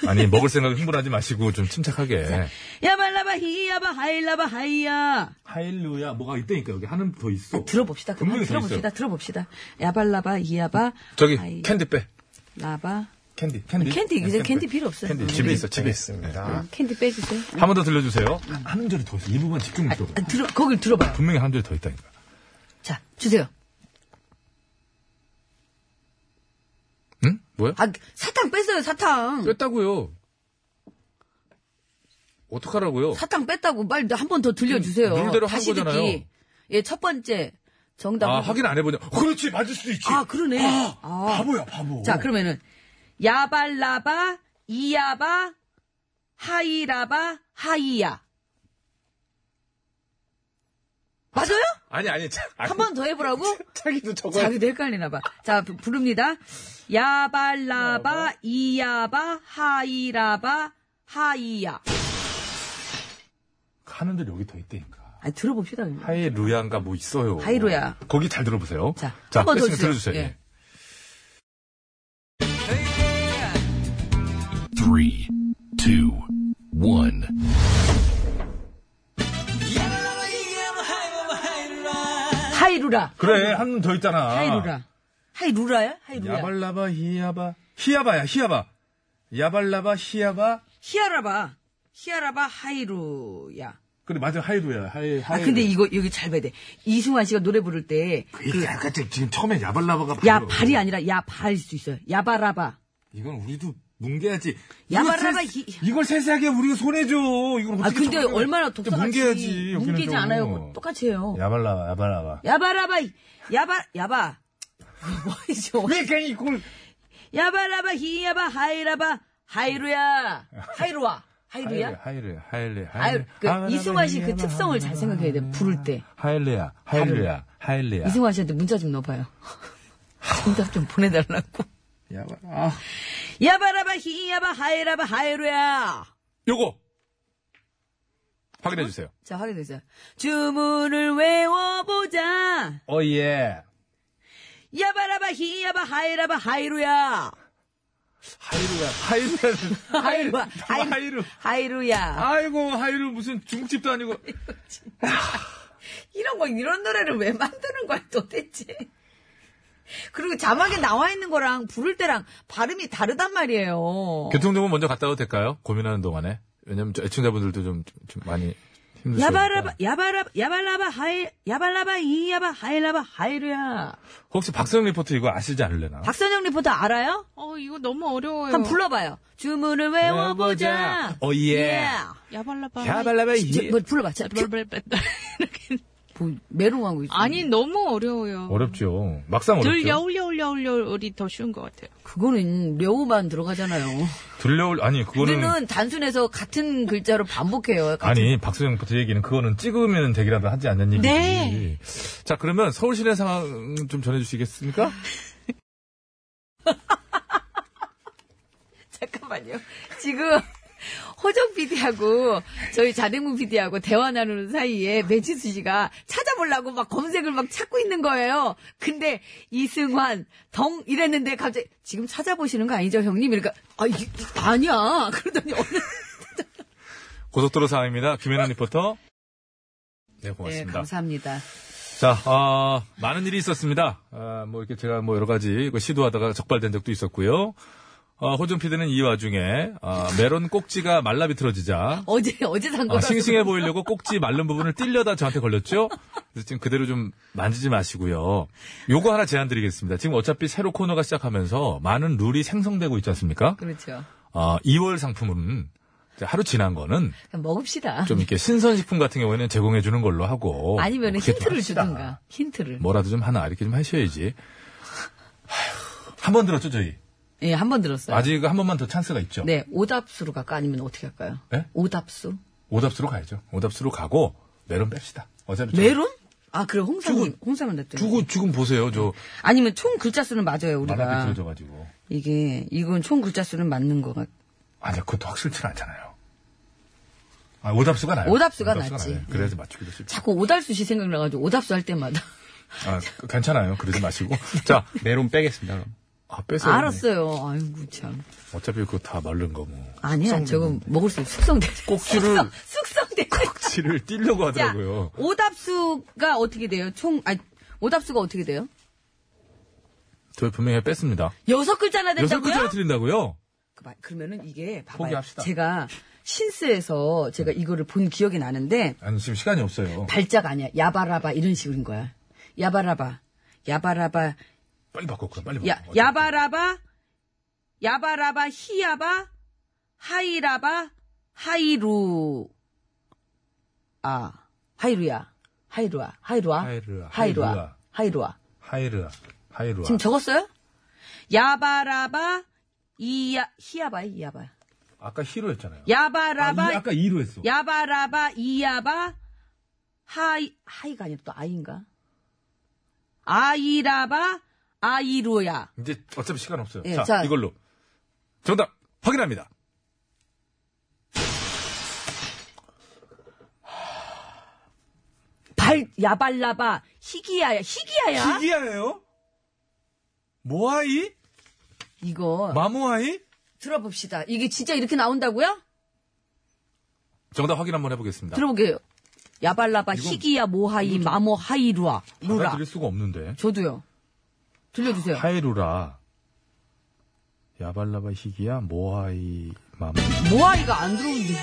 Speaker 3: 아니, 먹을 생각에 흥분하지 마시고 좀
Speaker 4: 네.
Speaker 3: 침착하게.
Speaker 4: 야발라바, 히야바, 하일라바, 하이야.
Speaker 3: 하일루야 뭐가 있다니까 여기 하나 더 있어.
Speaker 4: 아, 들어봅시다. 그만
Speaker 3: 분명히 더
Speaker 4: 들어봅시다.
Speaker 3: 있어요.
Speaker 4: 들어봅시다. 야발라바, 이야바,
Speaker 3: 저기
Speaker 4: 아이.
Speaker 3: 캔디 빼.
Speaker 4: 라바.
Speaker 3: 캔디, 캔디.
Speaker 4: 캔디, 이제 캔디 필요 없어요. 음. 네.
Speaker 3: 캔디 집에 있어, 집에
Speaker 11: 있습니다.
Speaker 3: 아.
Speaker 10: 캔디 빼주세요.
Speaker 3: 한 번 더 들려주세요. 한 절이 더 있어. 이 부분 집중 들어.
Speaker 4: 음. 아, 들어, 거길 들어봐요.
Speaker 3: 분명히 한 절이 더 있다니까.
Speaker 4: 자, 주세요.
Speaker 3: 응? 뭐야?
Speaker 10: 아, 사탕 뺐어요, 사탕.
Speaker 3: 뺐다고요. 어떡하라고요?
Speaker 10: 사탕 뺐다고 빨리 한 번 더 들려주세요.
Speaker 3: 룰대로 음, 한
Speaker 10: 다시
Speaker 3: 거잖아요.
Speaker 10: 듣기. 예, 첫 번째. 정답.
Speaker 3: 아, 확인 안 해보냐. 그렇지, 맞을 수도 있지.
Speaker 4: 아, 그러네.
Speaker 3: 아,
Speaker 4: 아.
Speaker 3: 바보야, 바보.
Speaker 4: 자, 그러면은, 야발라바, 이야바, 하이라바, 하이야. 맞아요?
Speaker 3: 아니, 아니, 자, 아니, 그
Speaker 4: 한 번 더 해보라고?
Speaker 3: 자기도 저거.
Speaker 4: 자기도 헷갈리나봐. 자, 부- 부릅니다. 야발라바, 이야바, 하이라바, 하이야.
Speaker 3: 하는 데 여기 더 있다니까.
Speaker 4: 아, 들어봅시다. 그냥.
Speaker 3: 하이 루야인가 뭐 있어요.
Speaker 4: 하이루야.
Speaker 3: 거기 잘 들어보세요.
Speaker 4: 자, 한번더
Speaker 3: 뺐으면
Speaker 4: 주세요.
Speaker 3: 들어주세요.
Speaker 4: 예.
Speaker 3: 예.
Speaker 12: three, two, one.
Speaker 4: 하이루라.
Speaker 3: 그래, 한 번 더 있잖아.
Speaker 4: 하이루라. 하이루라야? 하이루야.
Speaker 3: 야발라바, 히야바. 히야바야, 히야바. 야발라바, 히야바.
Speaker 4: 히아라바. 히아라바, 하이루야.
Speaker 3: 그래, 맞아, 하이루야. 하이,
Speaker 4: 아,
Speaker 3: 하이.
Speaker 4: 근데 이거, 여기 잘 봐야 돼. 이승환 씨가 노래 부를 때,
Speaker 3: 그, 약간 지금 처음에 야발라바가
Speaker 4: 야,
Speaker 3: 발로-
Speaker 4: 발이 아니라, 야, 발일 수 있어요. 야바라바. 아,
Speaker 3: 이건 우리도 뭉개야지.
Speaker 4: 야바라바
Speaker 3: 이걸 세-
Speaker 4: 히-
Speaker 3: 이걸 세세하게 우리가 손해줘. 이걸 어떻게
Speaker 4: 아, 근데
Speaker 3: 처벌해.
Speaker 4: 얼마나
Speaker 3: 근데
Speaker 4: 독특하지.
Speaker 3: 뭉개야지. 여기는
Speaker 4: 뭉개지
Speaker 3: 좀.
Speaker 4: 않아요. 똑같이 해요.
Speaker 3: 야발라바, 야발라바.
Speaker 4: 야바라바, 야바, 야바. 뭐죠?
Speaker 3: 왜 괜히 이걸
Speaker 4: 야바라바, 히야바, 하이라바, 하이루야. 하이루야. 하이루야?
Speaker 3: 하이루야, 하이루야,
Speaker 4: 아유,
Speaker 3: 하이루야.
Speaker 4: 그 이승환 씨 그 특성을 잘 생각해야 돼. 부를 때.
Speaker 3: 하이루야, 하이루야, 하이루야.
Speaker 4: 이승환 씨한테 문자 좀 넣어봐요. 정답 좀 보내달라고.
Speaker 3: 야발라. 아,
Speaker 4: 야바라바, 히야바, 하이라바, 하이루야.
Speaker 3: 요거 확인해 주세요.
Speaker 4: 자, 확인되죠. 주문을 외워보자.
Speaker 3: 어 예.
Speaker 4: 야바라바 히야바 하이라바 하이루야.
Speaker 3: 하이루야, 하이루야, 하이루,
Speaker 4: 하이루야.
Speaker 3: 하이루.
Speaker 4: 하이루야.
Speaker 3: 아이고 하이루 무슨 중국집도 아니고
Speaker 4: 이런 거, 이런 노래를 왜 만드는 거야, 도대체. 그리고 자막에 나와 있는 거랑 부를 때랑 발음이 다르단 말이에요.
Speaker 3: 교통정보 먼저 갔다 와도 될까요? 고민하는 동안에 왜냐면 저 애청자분들도 좀, 좀, 좀 많이 힘드시니까
Speaker 4: 야바라바, 야바라바, 야발라바 하이, 야발라바 이야바 하이라바 하이루야.
Speaker 3: 혹시 박서영 리포터 이거 아시지 않을래나?
Speaker 4: 박선영 리포터 알아요?
Speaker 13: 어, 이거 너무 어려워요.
Speaker 4: 한번 불러봐요. 주문을 어, 외워보자.
Speaker 3: 외워보자.
Speaker 2: 어,
Speaker 3: 오, 예.
Speaker 13: 야발라바.
Speaker 3: 야발라바
Speaker 4: 예. 저, 뭐 불러봐. 자, 큐.
Speaker 13: 야발라바. 이렇게.
Speaker 4: 뭐, 메롱하고 있어.
Speaker 13: 아니, 너무 어려워요.
Speaker 3: 어렵죠. 막상
Speaker 13: 늘
Speaker 3: 어렵죠.
Speaker 13: 여울, 여울, 여울, 여울이 더 쉬운 것 같아요.
Speaker 4: 그거는 려우만 들어가잖아요.
Speaker 3: 들려올 아니 그거는
Speaker 4: 우리는 단순해서 같은 글자로 반복해요. 같은-
Speaker 3: 아니 박소영 포트 얘기는 그거는 찍으면 되기라도 하지 않는 얘기지.
Speaker 13: 네.
Speaker 3: 자 그러면 서울 시내 상황 좀 전해주시겠습니까?
Speaker 4: 잠깐만요. 지금 호정 PD하고 저희 자댕문 PD하고 대화 나누는 사이에 배치수 씨가 찾아보려고 막 검색을 막 찾고 있는 거예요. 근데 이승환, 덩 이랬는데 갑자기 지금 찾아보시는 거 아니죠, 형님? 그러니까 아, 이- 이- 아니야. 그러더니 어느
Speaker 3: 고속도로 상황입니다. 김연아 리포터. 네
Speaker 4: 네,
Speaker 3: 고맙습니다.
Speaker 4: 감사합니다.
Speaker 3: 자, 아, 많은 일이 있었습니다. 아, 뭐 이렇게 제가 뭐 여러 가지 이거 시도하다가 적발된 적도 있었고요. 아, 호준 피디는 이 와중에 아, 메론 꼭지가 말라 비틀어지자
Speaker 4: 어제 어제 산
Speaker 3: 아,
Speaker 4: 거라서.
Speaker 3: 싱싱해 보이려고 꼭지 마른 부분을 찔려다 저한테 걸렸죠. 그래서 지금 그대로 좀 만지지 마시고요. 요거 하나 제안 드리겠습니다. 지금 어차피 새로 코너가 시작하면서 많은 룰이 생성되고 있지 않습니까?
Speaker 4: 그렇죠.
Speaker 3: 아, 2월 상품은 이제 하루 지난 거는
Speaker 4: 그냥 먹읍시다.
Speaker 3: 좀 이렇게 신선식품 같은 경우에는 제공해 주는 걸로 하고
Speaker 4: 아니면
Speaker 3: 그렇게 좀
Speaker 4: 힌트를
Speaker 3: 합시다.
Speaker 4: 주든가. 힌트를.
Speaker 3: 뭐라도 좀 하나 이렇게 좀 하셔야지. 한 번 들었죠 저희.
Speaker 4: 예, 한 번 들었어요.
Speaker 3: 아직 한 번만 더 찬스가 있죠.
Speaker 4: 네, 오답수로 갈까 아니면 어떻게 할까요?
Speaker 3: 예?
Speaker 4: 오답수.
Speaker 3: 오답수로 가야죠. 오답수로 가고 메론 뺍시다. 어차피
Speaker 4: 메론? 아, 그래 홍삼은 홍삼은 냈더니.
Speaker 3: 죽은 죽은 보세요. 저
Speaker 4: 아니면 총 글자 수는 맞아요
Speaker 3: 말하기
Speaker 4: 우리가.
Speaker 3: 들어져가지고.
Speaker 4: 이게 이건 총 글자 수는 맞는 것 같.
Speaker 3: 아니 그것도 확실치 는 않잖아요. 아, 오답수가 나요.
Speaker 4: 오답수가 낫지. 예.
Speaker 3: 나요. 그래서 맞추기도 쉽죠.
Speaker 4: 자꾸 오달수 씨 생각나가지고 오답수 할 때마다.
Speaker 3: 아, 그- 괜찮아요. 그러지 마시고. 자, 메론 빼겠습니다. 그럼. 아, 빼세요.
Speaker 4: 알았어요. 아이고 참.
Speaker 3: 어차피 그거 다 마른 거 뭐.
Speaker 4: 아니야, 저건 먹을 수 있어. 숙성돼.
Speaker 3: 꼭지를
Speaker 4: 숙성돼.
Speaker 3: 꼭지를 띠려고 하더라고요.
Speaker 4: 오답수가 어떻게 돼요? 총 아니 오답수가 어떻게 돼요?
Speaker 3: 저 분명히 뺐습니다.
Speaker 4: 여섯 글자나
Speaker 3: 여섯
Speaker 4: 된다고요?
Speaker 3: 글자를 틀린다고요?
Speaker 4: 그 말- 그러면은 이게 봐봐요.
Speaker 3: 포기합시다. 네.
Speaker 4: 제가 신스에서 제가 이거를 본 기억이 나는데
Speaker 3: 아니 지금 시간이 없어요.
Speaker 4: 발작 아니야. 야바라바 이런 식인 거야. 야바라바. 야바라바.
Speaker 3: 빨리 바꿔 그럼 빨리 바꿔.
Speaker 4: 야 야바라바. 야바라바 히야바 하이라바 하이루 아 하이루야. 하이루아. 하이루아.
Speaker 3: 하이루아.
Speaker 4: 하이루아. 하이루아.
Speaker 3: 하이르아, 하이르아.
Speaker 4: 지금 적었어요? 야바라바 이야 히야바 이야바.
Speaker 3: 아까 히로 했잖아요.
Speaker 4: 야바라바
Speaker 3: 아, 이- 아까 이로 했어.
Speaker 4: 야바라바 이야바 하이 하이가 아니라 또 아인가? 아이라바 아이루야.
Speaker 3: 이제 어차피 시간 없어요.
Speaker 4: 예,
Speaker 3: 자,
Speaker 4: 자.
Speaker 3: 이걸로 정답 확인합니다.
Speaker 4: 발 야발라바 희귀야야 희귀야야.
Speaker 3: 희귀야예요? 모아이?
Speaker 4: 이거
Speaker 3: 마모아이?
Speaker 4: 들어봅시다. 이게 진짜 이렇게 나온다고요?
Speaker 3: 정답 확인 한번 해보겠습니다.
Speaker 4: 들어보게요. 야발라바
Speaker 3: 이건-
Speaker 4: 희귀야 모하이 마모 하이루아 루라.
Speaker 3: 받아들일 수가 없는데.
Speaker 4: 저도요. 들려주세요.
Speaker 3: 하이루라. 야발라바 희귀야 모하이 마모.
Speaker 4: 모하이가 안 들어오는데.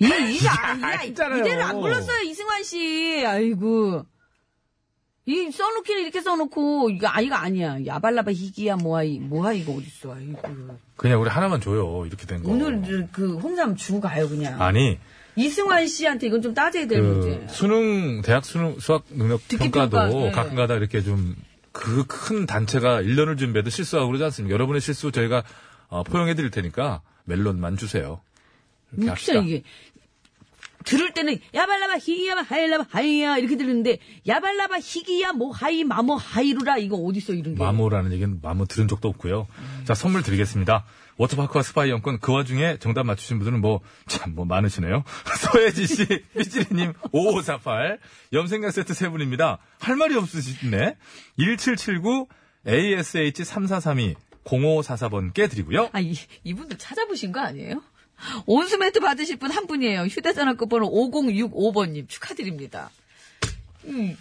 Speaker 4: 이, 이게 아니야.
Speaker 3: 알잖아요.
Speaker 4: 이대로 안 불렀어요, 이승환 씨. 아이고. 이 써놓기는 이렇게 써놓고, 이거 아이가 아니야. 야발라바 희귀야, 모하이. 모하이가 어딨어, 아이고.
Speaker 3: 그냥 우리 하나만 줘요. 이렇게 된 거.
Speaker 4: 오늘 그 홍삼 주고 가요, 그냥.
Speaker 3: 아니
Speaker 4: 이승환 씨한테 이건 좀 따져야 될 문제.
Speaker 3: 그 수능 대학 수능 수학 능력
Speaker 4: 듣기
Speaker 3: 평가도
Speaker 4: 평가, 네.
Speaker 3: 가끔가다 이렇게 좀 그 큰 단체가 1년을 준비해도 실수하고 그러지 않습니까? 여러분의 실수 저희가 어, 포용해 드릴 테니까 멜론만 주세요.
Speaker 4: 웃기죠,
Speaker 3: 이렇게 합시다.
Speaker 4: 이게. 들을 때는 야발라바 희귀야 하이라바 하이야 이렇게 들리는데 야발라바 희귀야 뭐 모하이 마모 하이루라 이거 어딨어 이런 게
Speaker 3: 마모라는 얘기는 마모 들은 적도 없고요. 자 선물 드리겠습니다. 워터파크와 스파이 연권 그 와중에 정답 맞추신 분들은 뭐 참 뭐 많으시네요. 소혜지 씨, 삐찌리님 5548 염색약 세트 세 분입니다. 할 말이 없으시네. 1779 ASH 3432 0544번께 드리고요.
Speaker 4: 아, 이, 이분들 찾아보신 거 아니에요? 온수매트 받으실 분 한 분이에요. 휴대전화 끝번호 5065번님 축하드립니다. 음,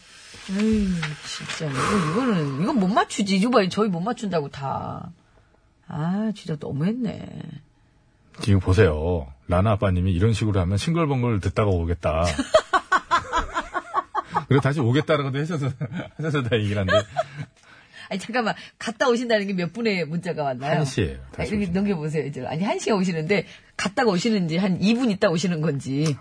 Speaker 4: 에이, 진짜 이거, 이거는 이건 못 맞추지. 이거 봐요. 저희 못 맞춘다고 다. 아, 진짜 너무했네.
Speaker 3: 지금 보세요. 라나 아빠님이 이런 식으로 하면 싱글벙글 듣다가 오겠다. 그리고 다시 오겠다라고도 하셔서 하셔서 다행이긴 한데
Speaker 4: 아니 잠깐만 갔다 오신다는 게 몇 분의 문자가 왔나요?
Speaker 3: 한 시에요.
Speaker 4: 아,
Speaker 3: 다시
Speaker 4: 이렇게 넘겨보세요. 이제 아니 한 시에 오시는데 갔다가 오시는지 한 2분 있다 오시는 건지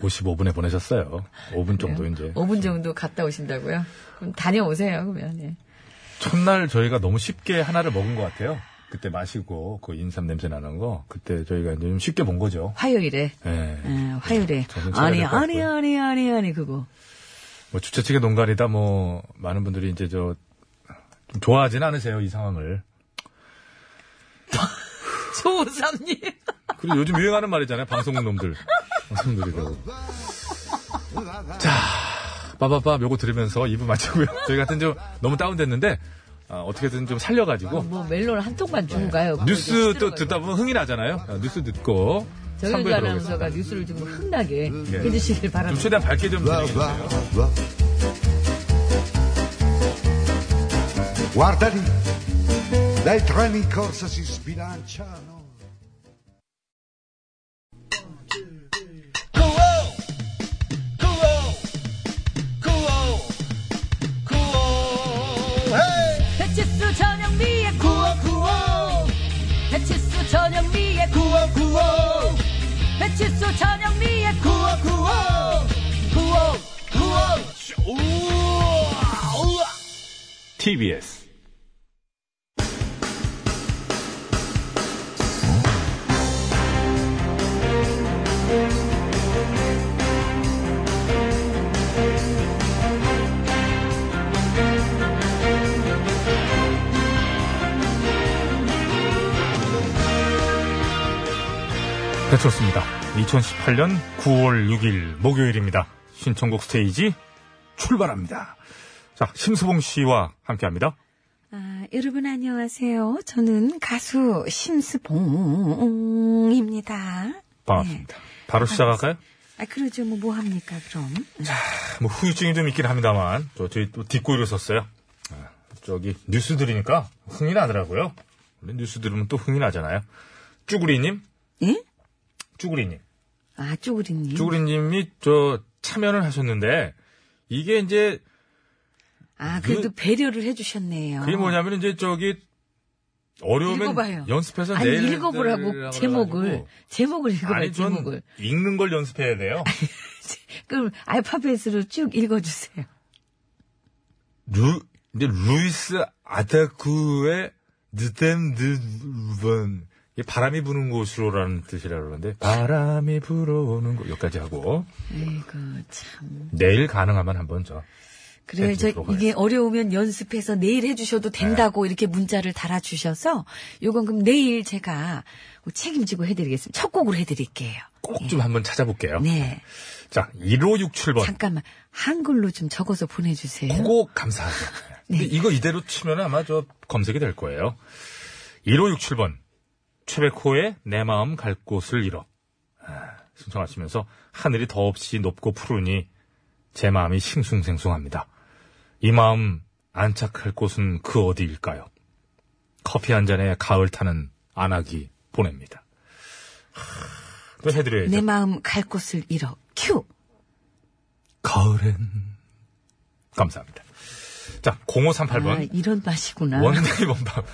Speaker 3: 55분에 보내셨어요. 5분 정도 이제.
Speaker 4: 5분 정도 갔다 오신다고요? 그럼 다녀오세요. 그러면 예.
Speaker 3: 첫날 저희가 너무 쉽게 하나를 먹은 것 같아요. 그때 마시고 그 인삼 냄새 나는 거 그때 저희가 이제 좀 쉽게 본 거죠.
Speaker 4: 화요일에
Speaker 3: 예.
Speaker 4: 예, 화요일에.
Speaker 3: 정신 차려야
Speaker 4: 아니,
Speaker 3: 될것
Speaker 4: 아니,
Speaker 3: 같고요.
Speaker 4: 아니, 아니, 아니, 그거.
Speaker 3: 뭐 주최측의 농간이다 뭐 많은 분들이 이제 저좀 좋아하진 않으세요 이 상황을.
Speaker 4: 조우삼님.
Speaker 3: 그리고 요즘 유행하는 말이잖아요 방송국 놈들. 방송들이 그. 자, 빠바밤 요거 들으면서 2부 마치고요. 저희 같은 좀 너무 다운됐는데 아, 어떻게든 좀 살려가지고
Speaker 4: 뭐 멜론 한 통만 주고 가요. 그거 이제
Speaker 3: 네. 뉴스 또
Speaker 4: 시들어가지고.
Speaker 3: 듣다 보면 흥이 나잖아요. 아, 뉴스 듣고
Speaker 14: 정현주
Speaker 3: 삼부에
Speaker 14: 아나운서가 뉴스를 좀 흥나게
Speaker 3: 네.
Speaker 14: 해주시길
Speaker 3: 좀
Speaker 14: 바랍니다.
Speaker 3: 최대한 밝게 좀 진행해주세요.
Speaker 6: Guarda lì, dai treni in corsa si sbilanciano.
Speaker 15: 배치수 전영미의 구호 구호 배치수 전영미의 구호 구호 배치수 전영미의 구호 구호 구호 구호 우와
Speaker 3: TBS. 네, 좋습니다. 2018년 9월 6일 목요일입니다. 신청곡 스테이지 출발합니다. 자, 심수봉 씨와 함께 합니다.
Speaker 4: 아, 여러분 안녕하세요. 저는 가수 심스봉입니다.
Speaker 3: 반갑습니다. 바로 시작할까요?
Speaker 4: 아, 그러죠. 뭐, 뭐 합니까, 그럼?
Speaker 3: 뭐 후유증이 좀 있긴 합니다만, 저, 저희 또 딛고 일어섰어요. 아, 저기, 뉴스 들으니까 흥이 나더라고요. 원래 뉴스 들으면 또 흥이 나잖아요. 쭈구리님?
Speaker 4: 예?
Speaker 3: 쭈구리님.
Speaker 4: 아, 쪼그리님.
Speaker 3: 쭈구리님이 저 참여를 하셨는데, 이게 이제,
Speaker 4: 아, 그래도
Speaker 3: 그-
Speaker 4: 배려를 해주셨네요.
Speaker 3: 그게 뭐냐면 이제 저기, 어려우면
Speaker 4: 아. 읽어봐요.
Speaker 3: 연습해서
Speaker 4: 아니,
Speaker 3: 내일
Speaker 4: 읽어보라고
Speaker 3: 해달라고
Speaker 4: 제목을.
Speaker 3: 그래가지고.
Speaker 4: 제목을 읽어봐요,
Speaker 3: 아니, 전
Speaker 4: 제목을.
Speaker 3: 읽는 걸 연습해야 돼요.
Speaker 4: 그럼 알파벳으로 쭉 읽어주세요.
Speaker 3: 루, 이제 루이스 아타쿠의 느템드번 이게 바람이 부는 곳으로라는 뜻이라 그러는데 바람이 불어오는 곳 여기까지 하고
Speaker 4: 아이고, 참.
Speaker 3: 내일 가능하면 한번 저
Speaker 4: 그래요. 저
Speaker 3: 해보도록
Speaker 4: 이게 어려우면 연습해서 내일 해주셔도
Speaker 3: 네.
Speaker 4: 된다고 이렇게 문자를 달아주셔서 요건 그럼 내일 제가 뭐 책임지고 해드리겠습니다. 첫 곡으로 해드릴게요.
Speaker 3: 꼭 좀 한번 찾아볼게요.
Speaker 4: 네.
Speaker 3: 자 1567번
Speaker 4: 잠깐만 한글로 좀 적어서 보내주세요.
Speaker 3: 네. 그거 감사하죠. 근데 이거 이대로 치면 아마 저 검색이 될 거예요. 1567번 최백호의 내 마음 갈 곳을 잃어 아, 신청하시면서 하늘이 더없이 높고 푸르니 제 마음이 싱숭생숭합니다. 이 마음 안착할 곳은 그 어디일까요? 커피 한 잔에 가을 타는 안하기 보냅니다. 하, 또 해드려야죠.
Speaker 4: 내 마음 갈 곳을 잃어. 큐.
Speaker 3: 가을엔 감사합니다. 자 0538번
Speaker 4: 아, 이런 맛이구나.
Speaker 3: 원데이 bom밥.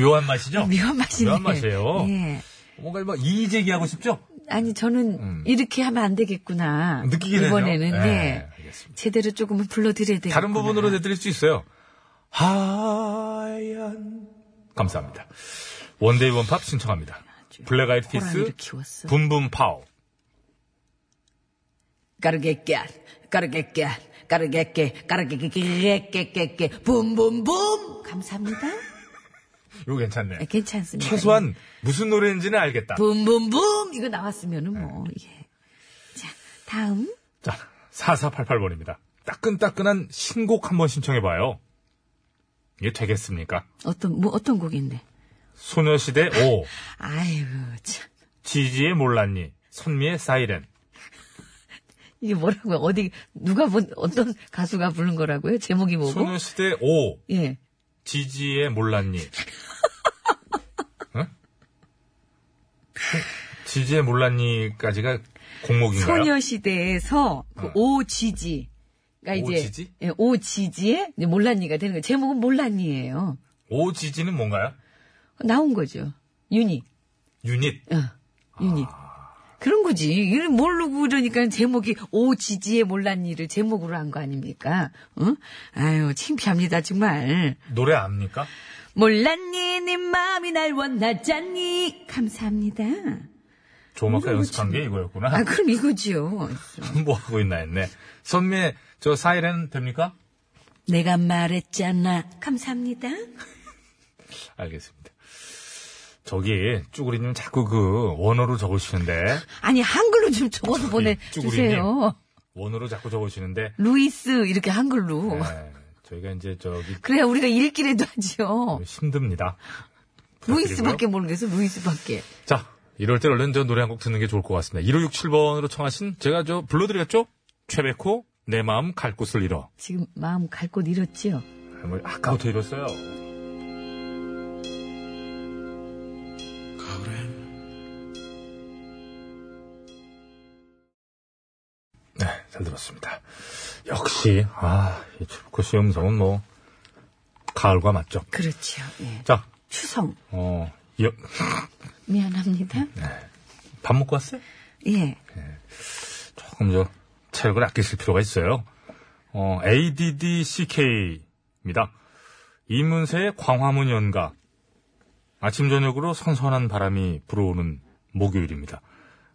Speaker 3: 묘한 맛이죠?
Speaker 4: 묘한 맛이네.
Speaker 3: 묘한 맛이에요.
Speaker 4: 예.
Speaker 3: 뭔가 뭐 이의 제기하고 싶죠?
Speaker 4: 아니 저는 이렇게 하면 안 되겠구나.
Speaker 3: 음. 느끼게 되죠?
Speaker 4: 이번에는
Speaker 3: 예,
Speaker 4: 네. 제대로 조금은 불러드려야 되겠구나.
Speaker 3: 다른 부분으로 내드릴 수 있어요. 하얀. 감사합니다. 원데이 원팝 신청합니다. 블랙 아이드
Speaker 4: 호랑이를
Speaker 3: 피스, 붐붐 파오.
Speaker 16: 까르게깨, 까르게깨, 까르게깨, 까르게깨깨깨깨깨, 붐붐붐.
Speaker 4: 감사합니다.
Speaker 3: 이거 괜찮네.
Speaker 4: 아, 괜찮습니다.
Speaker 3: 최소한 무슨 노래인지는 알겠다.
Speaker 4: 붐붐붐 이거 나왔으면은 뭐 예. 자 다음
Speaker 3: 자, 4488번입니다. 따끈따끈한 신곡 한번 신청해봐요. 이게 되겠습니까?
Speaker 4: 어떤 뭐 어떤 곡인데?
Speaker 3: 소녀시대 오
Speaker 4: 아이고 참
Speaker 3: 지지의 몰랐니, 선미의 사이렌.
Speaker 4: 이게 뭐라고요? 어디 누가 본 어떤 가수가 부른 거라고요? 제목이 뭐고?
Speaker 3: 소녀시대 오
Speaker 4: 예.
Speaker 3: 지지의 몰랐니? 응? 지지의 몰랐니까지가 공목인가요?
Speaker 4: 소녀시대에서 그 오지지가 이제
Speaker 3: 어. 오지지?
Speaker 4: 예, 오지지의 이제 몰란니가 되는 거예요. 제목은 몰란니예요.
Speaker 3: 오 지지는 뭔가요?
Speaker 4: 나온 거죠. 유닛,
Speaker 3: 유닛.
Speaker 4: 예, 유닛. 그런 거지. 이걸 모르고 이러니까 제목이 오지지의 몰란니를 제목으로 한 거 아닙니까? 응? 아유, 창피합니다, 정말.
Speaker 3: 노래 압니까?
Speaker 4: 몰랐니, 네 마음이 날 원하잖니. 감사합니다.
Speaker 3: 조막하 연습한 게 이거였구나.
Speaker 4: 뭐 아, 그럼 이거지요.
Speaker 3: 뭐 하고 있나 했네. 선미의 저 사이렌 됩니까?
Speaker 4: 내가 말했잖아. 감사합니다.
Speaker 3: 알겠습니다. 저기 쭈구리님 자꾸 그 원어로 적으시는데
Speaker 4: 아니, 한글로 좀 적어서 보내주세요.
Speaker 3: 쭈구리님. 원어로 자꾸 적으시는데
Speaker 4: 루이스, 이렇게 한글로.
Speaker 3: 네, 저희가 이제 저기
Speaker 4: 그래야 우리가 읽기라도 하죠.
Speaker 3: 힘듭니다. 네,
Speaker 4: 뭐 루이스밖에 모르겠어, 루이스밖에.
Speaker 3: 자, 이럴 때 얼른 저 노래 한 곡 듣는 게 좋을 것 같습니다. 1567번으로 청하신 제가 저 불러드렸죠? 최백호 내 마음 갈 곳을 잃어.
Speaker 17: 지금 마음 갈 곳 잃었지요?
Speaker 3: 아, 뭐 아까부터 잃었어요. 네, 잘 들었습니다. 역시 아, 이 최백호 씨 음성은 뭐 가을과 맞죠?
Speaker 17: 그렇지요. 예.
Speaker 3: 자,
Speaker 17: 추성.
Speaker 3: 어, 여,
Speaker 17: 미안합니다.
Speaker 3: 밥 먹고 왔어요? 네.
Speaker 17: 예.
Speaker 3: 조금 저 체력을 아끼실 필요가 있어요. 어, ADDCK입니다. 이문세의 광화문 연가. 아침 저녁으로 선선한 바람이 불어오는 목요일입니다.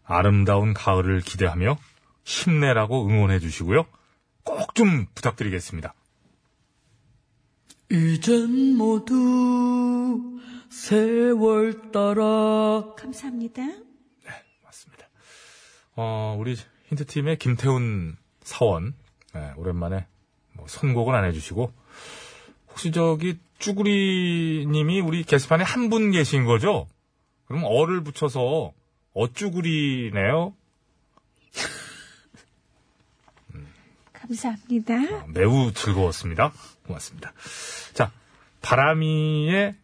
Speaker 3: 아름다운 가을을 기대하며 힘내라고 응원해 주시고요. 꼭 좀 부탁드리겠습니다.
Speaker 18: 이젠 모두 세월 따라
Speaker 19: 감사합니다.
Speaker 3: 어, 우리 힌트팀의 김태훈 사원. 예, 오랜만에 뭐 선곡은 안 해주시고. 혹시 저기 쭈구리 님이 우리 게시판에 한 분 계신 거죠? 그럼 어를 붙여서 어쭈구리네요?
Speaker 20: 감사합니다.
Speaker 3: 매우 즐거웠습니다. 고맙습니다. 자, 바람이의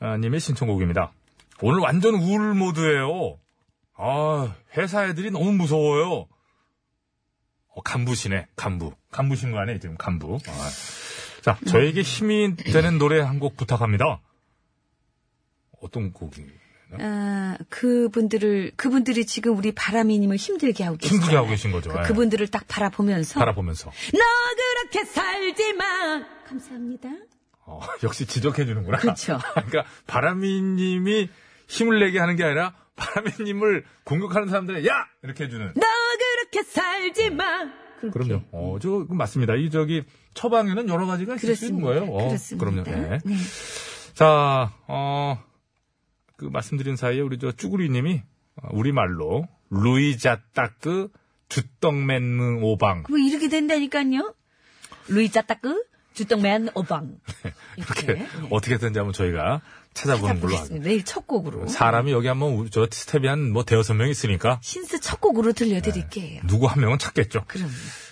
Speaker 3: 아, 님의 신청곡입니다. 오늘 완전 우울 모드예요. 아, 회사 애들이 너무 무서워요. 어, 간부시네, 간부. 간부신 거 아니에요, 지금 간부. 아. 자, 저에게 힘이 되는 노래 한 곡 부탁합니다. 어떤 곡이?
Speaker 17: 아, 그분들을, 그분들이 지금 우리 바람이님을 힘들게 하고 계시죠.
Speaker 3: 힘들게 하고 계신 거죠. 예.
Speaker 17: 그, 분들을딱 바라보면서.
Speaker 3: 바라보면서.
Speaker 17: 너 그렇게 살지 마! 감사합니다.
Speaker 3: 어, 역시 지적해주는구나.
Speaker 17: 그렇죠.
Speaker 3: 그러니까 바람이님이 힘을 내게 하는 게 아니라 바람이님을 공격하는 사람들에 야 이렇게 해주는.
Speaker 17: 너 그렇게 살지 마!
Speaker 3: 그럼요. 어, 저, 그건 맞습니다. 이, 저기, 처방에는 여러 가지가 있을 수 있는 거예요. 어,
Speaker 17: 그렇습니다.
Speaker 3: 그럼요. 네. 자, 어, 그 말씀드린 사이에 우리 저 쭈구리님이, 어, 우리말로, 루이자 따끄, 주떡맨 오방.
Speaker 4: 뭐 이렇게 된다니까요. 루이자 따끄 주떡맨 오방.
Speaker 3: 이렇게, 어떻게 된지 한번 저희가 찾아보는
Speaker 17: 네.
Speaker 3: 걸로 하겠습니다.
Speaker 17: 찾아보겠습니다. 내일 첫 곡으로.
Speaker 3: 사람이 여기 한번, 우리 저 스텝이 한, 뭐, 대여섯 명 있으니까,
Speaker 17: 신스 첫 곡으로 들려드릴게요.
Speaker 3: 누구 한 명은 찾겠죠.
Speaker 17: 그럼.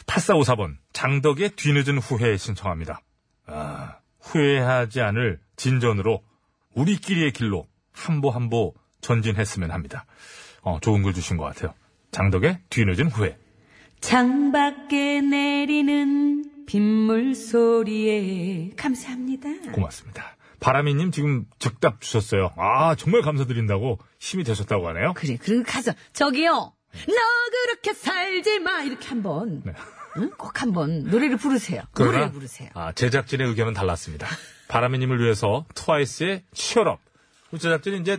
Speaker 3: 8454번 장덕의 뒤늦은 후회 신청합니다. 아, 후회하지 않을 진전으로 우리끼리의 길로 한보 한보 전진했으면 합니다. 어, 좋은 글 주신 것 같아요. 장덕의 뒤늦은 후회.
Speaker 13: 창밖에 내리는 빗물 소리에 감사합니다.
Speaker 3: 고맙습니다. 바람이님 지금 즉답 주셨어요. 아 정말 감사드린다고 힘이 되셨다고 하네요.
Speaker 17: 그래 그리고 가서 저기요. 너 그렇게 살지 마 이렇게 한번
Speaker 3: 네.
Speaker 17: 응? 꼭 한번 노래를 부르세요. 노래를 부르세요.
Speaker 3: 아, 제작진의 의견은 달랐습니다. 바람이님을 위해서 트와이스의 치얼업. 우리 제작진이 이제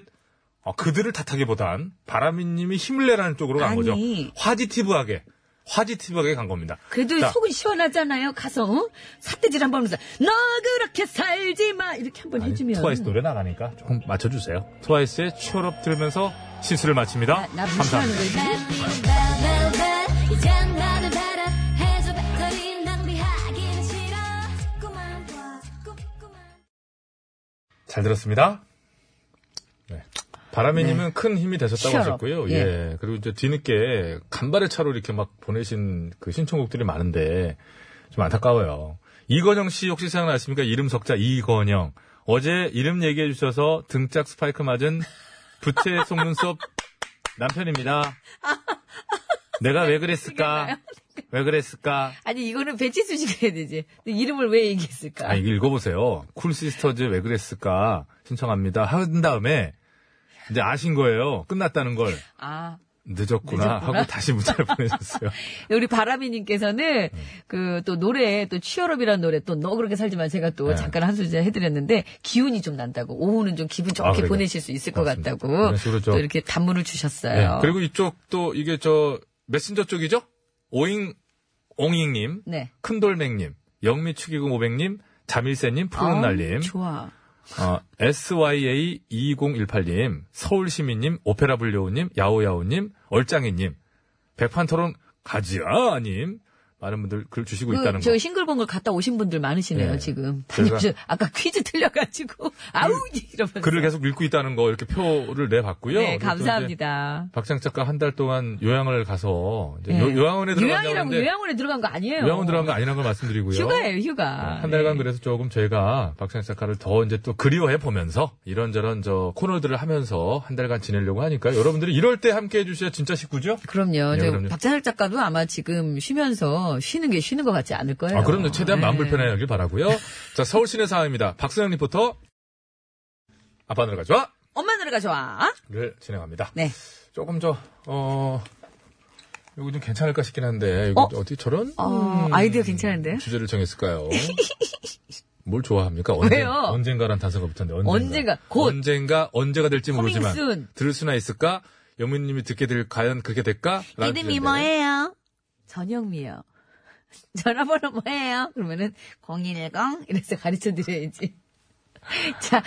Speaker 3: 어, 그들을 탓하기보단 바람이님이 힘을 내라는 쪽으로 간 거죠.
Speaker 17: 아니.
Speaker 3: 화지티브하게. 화지티브하게 간 겁니다.
Speaker 17: 그래도
Speaker 3: 자,
Speaker 17: 속은 시원하잖아요. 가서
Speaker 4: 어?
Speaker 17: 응? 삿대질 한번 하면서 너 그렇게 살지 마 이렇게 한번 해주면
Speaker 3: 트와이스 노래 나가니까 조금 맞춰주세요. 트와이스의 치얼업 들으면서 시술을 마칩니다.
Speaker 17: 나 무시하는
Speaker 3: 감사합니다.
Speaker 17: 거지.
Speaker 13: 이젠 나를 봐라 해줘 배터리 낭비하기는 싫어 자꾸만 봐
Speaker 3: 잘 들었습니다. 네. 바람이님은 큰 힘이 되셨다고
Speaker 13: 치얼업.
Speaker 3: 하셨고요.
Speaker 13: 예.
Speaker 3: 예. 그리고 이제 뒤늦게 간발의 차로 이렇게 막 보내신 그 신청곡들이 많은데 좀 안타까워요. 이건영 씨 혹시 생각나십니까? 이름 석자 이건영. 어제 이름 얘기해 주셔서 등짝 스파이크 맞은 부채 속눈썹 남편입니다. 내가 왜 그랬을까? 왜 그랬을까?
Speaker 4: 아니 이거는 배치수 씨가 해야 되지. 근데 이름을 왜 얘기했을까?
Speaker 3: 아, 이거 읽어보세요. 쿨시스터즈 왜 그랬을까 신청합니다. 한 다음에 이제 아신 거예요. 끝났다는 걸.
Speaker 4: 아,
Speaker 3: 늦었구나,
Speaker 4: 늦었구나.
Speaker 3: 하고 다시 문자를 보내셨어요.
Speaker 4: 우리 바람이님께서는
Speaker 3: 음.
Speaker 4: 그 또 노래 또 취업이라는 노래 또 너 그렇게 살지만 제가 또
Speaker 3: 네.
Speaker 4: 잠깐 한 소절 해드렸는데 기운이 좀 난다고 오후는 좀 기분
Speaker 3: 아,
Speaker 4: 좋게
Speaker 3: 그래요?
Speaker 4: 보내실 수 있을
Speaker 3: 맞습니다.
Speaker 4: 것
Speaker 3: 이런
Speaker 4: 같다고
Speaker 3: 식으로 저-
Speaker 4: 또 이렇게 단문을 주셨어요.
Speaker 3: 네, 그리고 이쪽 또 이게 저 메신저 쪽이죠? 오잉, 옹잉님,
Speaker 4: 네.
Speaker 3: 큰돌맹님, 영미축의금 500님, 자밀새님,
Speaker 4: 아우,
Speaker 3: 푸른날님,
Speaker 4: 좋아.
Speaker 3: 어, SYA2018님, 서울시민님, 오페라블리오님, 야오야오님, 얼짱이님, 백판토론 가지아님, 많은 분들 글 주시고
Speaker 4: 그,
Speaker 3: 있다는 거.
Speaker 4: 저 싱글벙글 갔다 오신 분들 많으시네요,
Speaker 3: 예.
Speaker 4: 지금.
Speaker 3: 저희가- 그
Speaker 4: 다녀오셔- 아까 퀴즈 틀려가지고, 아우! 이러면서.
Speaker 3: 글을 계속 읽고 있다는 거 이렇게 표를 내 봤고요.
Speaker 4: 네, 감사합니다.
Speaker 3: 박장 작가 한 달 동안 요양을 가서 이제
Speaker 4: 네.
Speaker 3: 요, 요양원에 들어간다고
Speaker 4: 요양이라고,
Speaker 3: 했는데
Speaker 4: 요양원에 들어간 거 아니에요.
Speaker 3: 요양원 들어간 거 아니라는 걸 말씀드리고요. 네, 아,
Speaker 4: 휴가예요, 아, 네. 휴가.
Speaker 3: 한 달간 그래서 조금 저희가 박찬희 작가를 더 이제 또 그리워해 보면서 이런저런 저 코너들을 하면서 한 달간 지내려고 하니까 여러분들이 이럴 때 함께 해주셔야 진짜 식구죠?
Speaker 4: 그럼요.
Speaker 3: 예,
Speaker 4: 저
Speaker 3: 그럼요.
Speaker 4: 박찬혁 작가도 아마 지금 쉬면서 쉬는 게 쉬는 것 같지 않을 거예요.
Speaker 3: 아, 그럼요. 최대한 마음
Speaker 4: 네.
Speaker 3: 불편해 하길 바라고요. 자, 서울 시내 상황입니다. 박선영 리포터. 아빠 노래가 좋아!
Speaker 4: 엄마 노래가 좋아.
Speaker 3: 를 진행합니다.
Speaker 4: 네.
Speaker 3: 조금 저, 어, 이거 좀 괜찮을까 싶긴 한데, 이거 어? 떻게 저런?
Speaker 4: 어,
Speaker 3: 음,
Speaker 4: 아이디어 괜찮은데요?
Speaker 3: 주제를 정했을까요? 뭘 좋아합니까? 언제,
Speaker 4: 왜요?
Speaker 3: 언젠가란 단서가 붙었는데, 언젠가.
Speaker 4: 언젠가, 곧.
Speaker 3: 언젠가, 언제가 될지 모르지만.
Speaker 4: Coming soon.
Speaker 3: 들을 수나 있을까? 여무님이 듣게 될, 과연 그렇게 될까? 라는 주제인데.
Speaker 4: 뭐예요? 전영미요. 전화번호 뭐예요? 그러면은 010 이래서 가르쳐 드려야지. 자,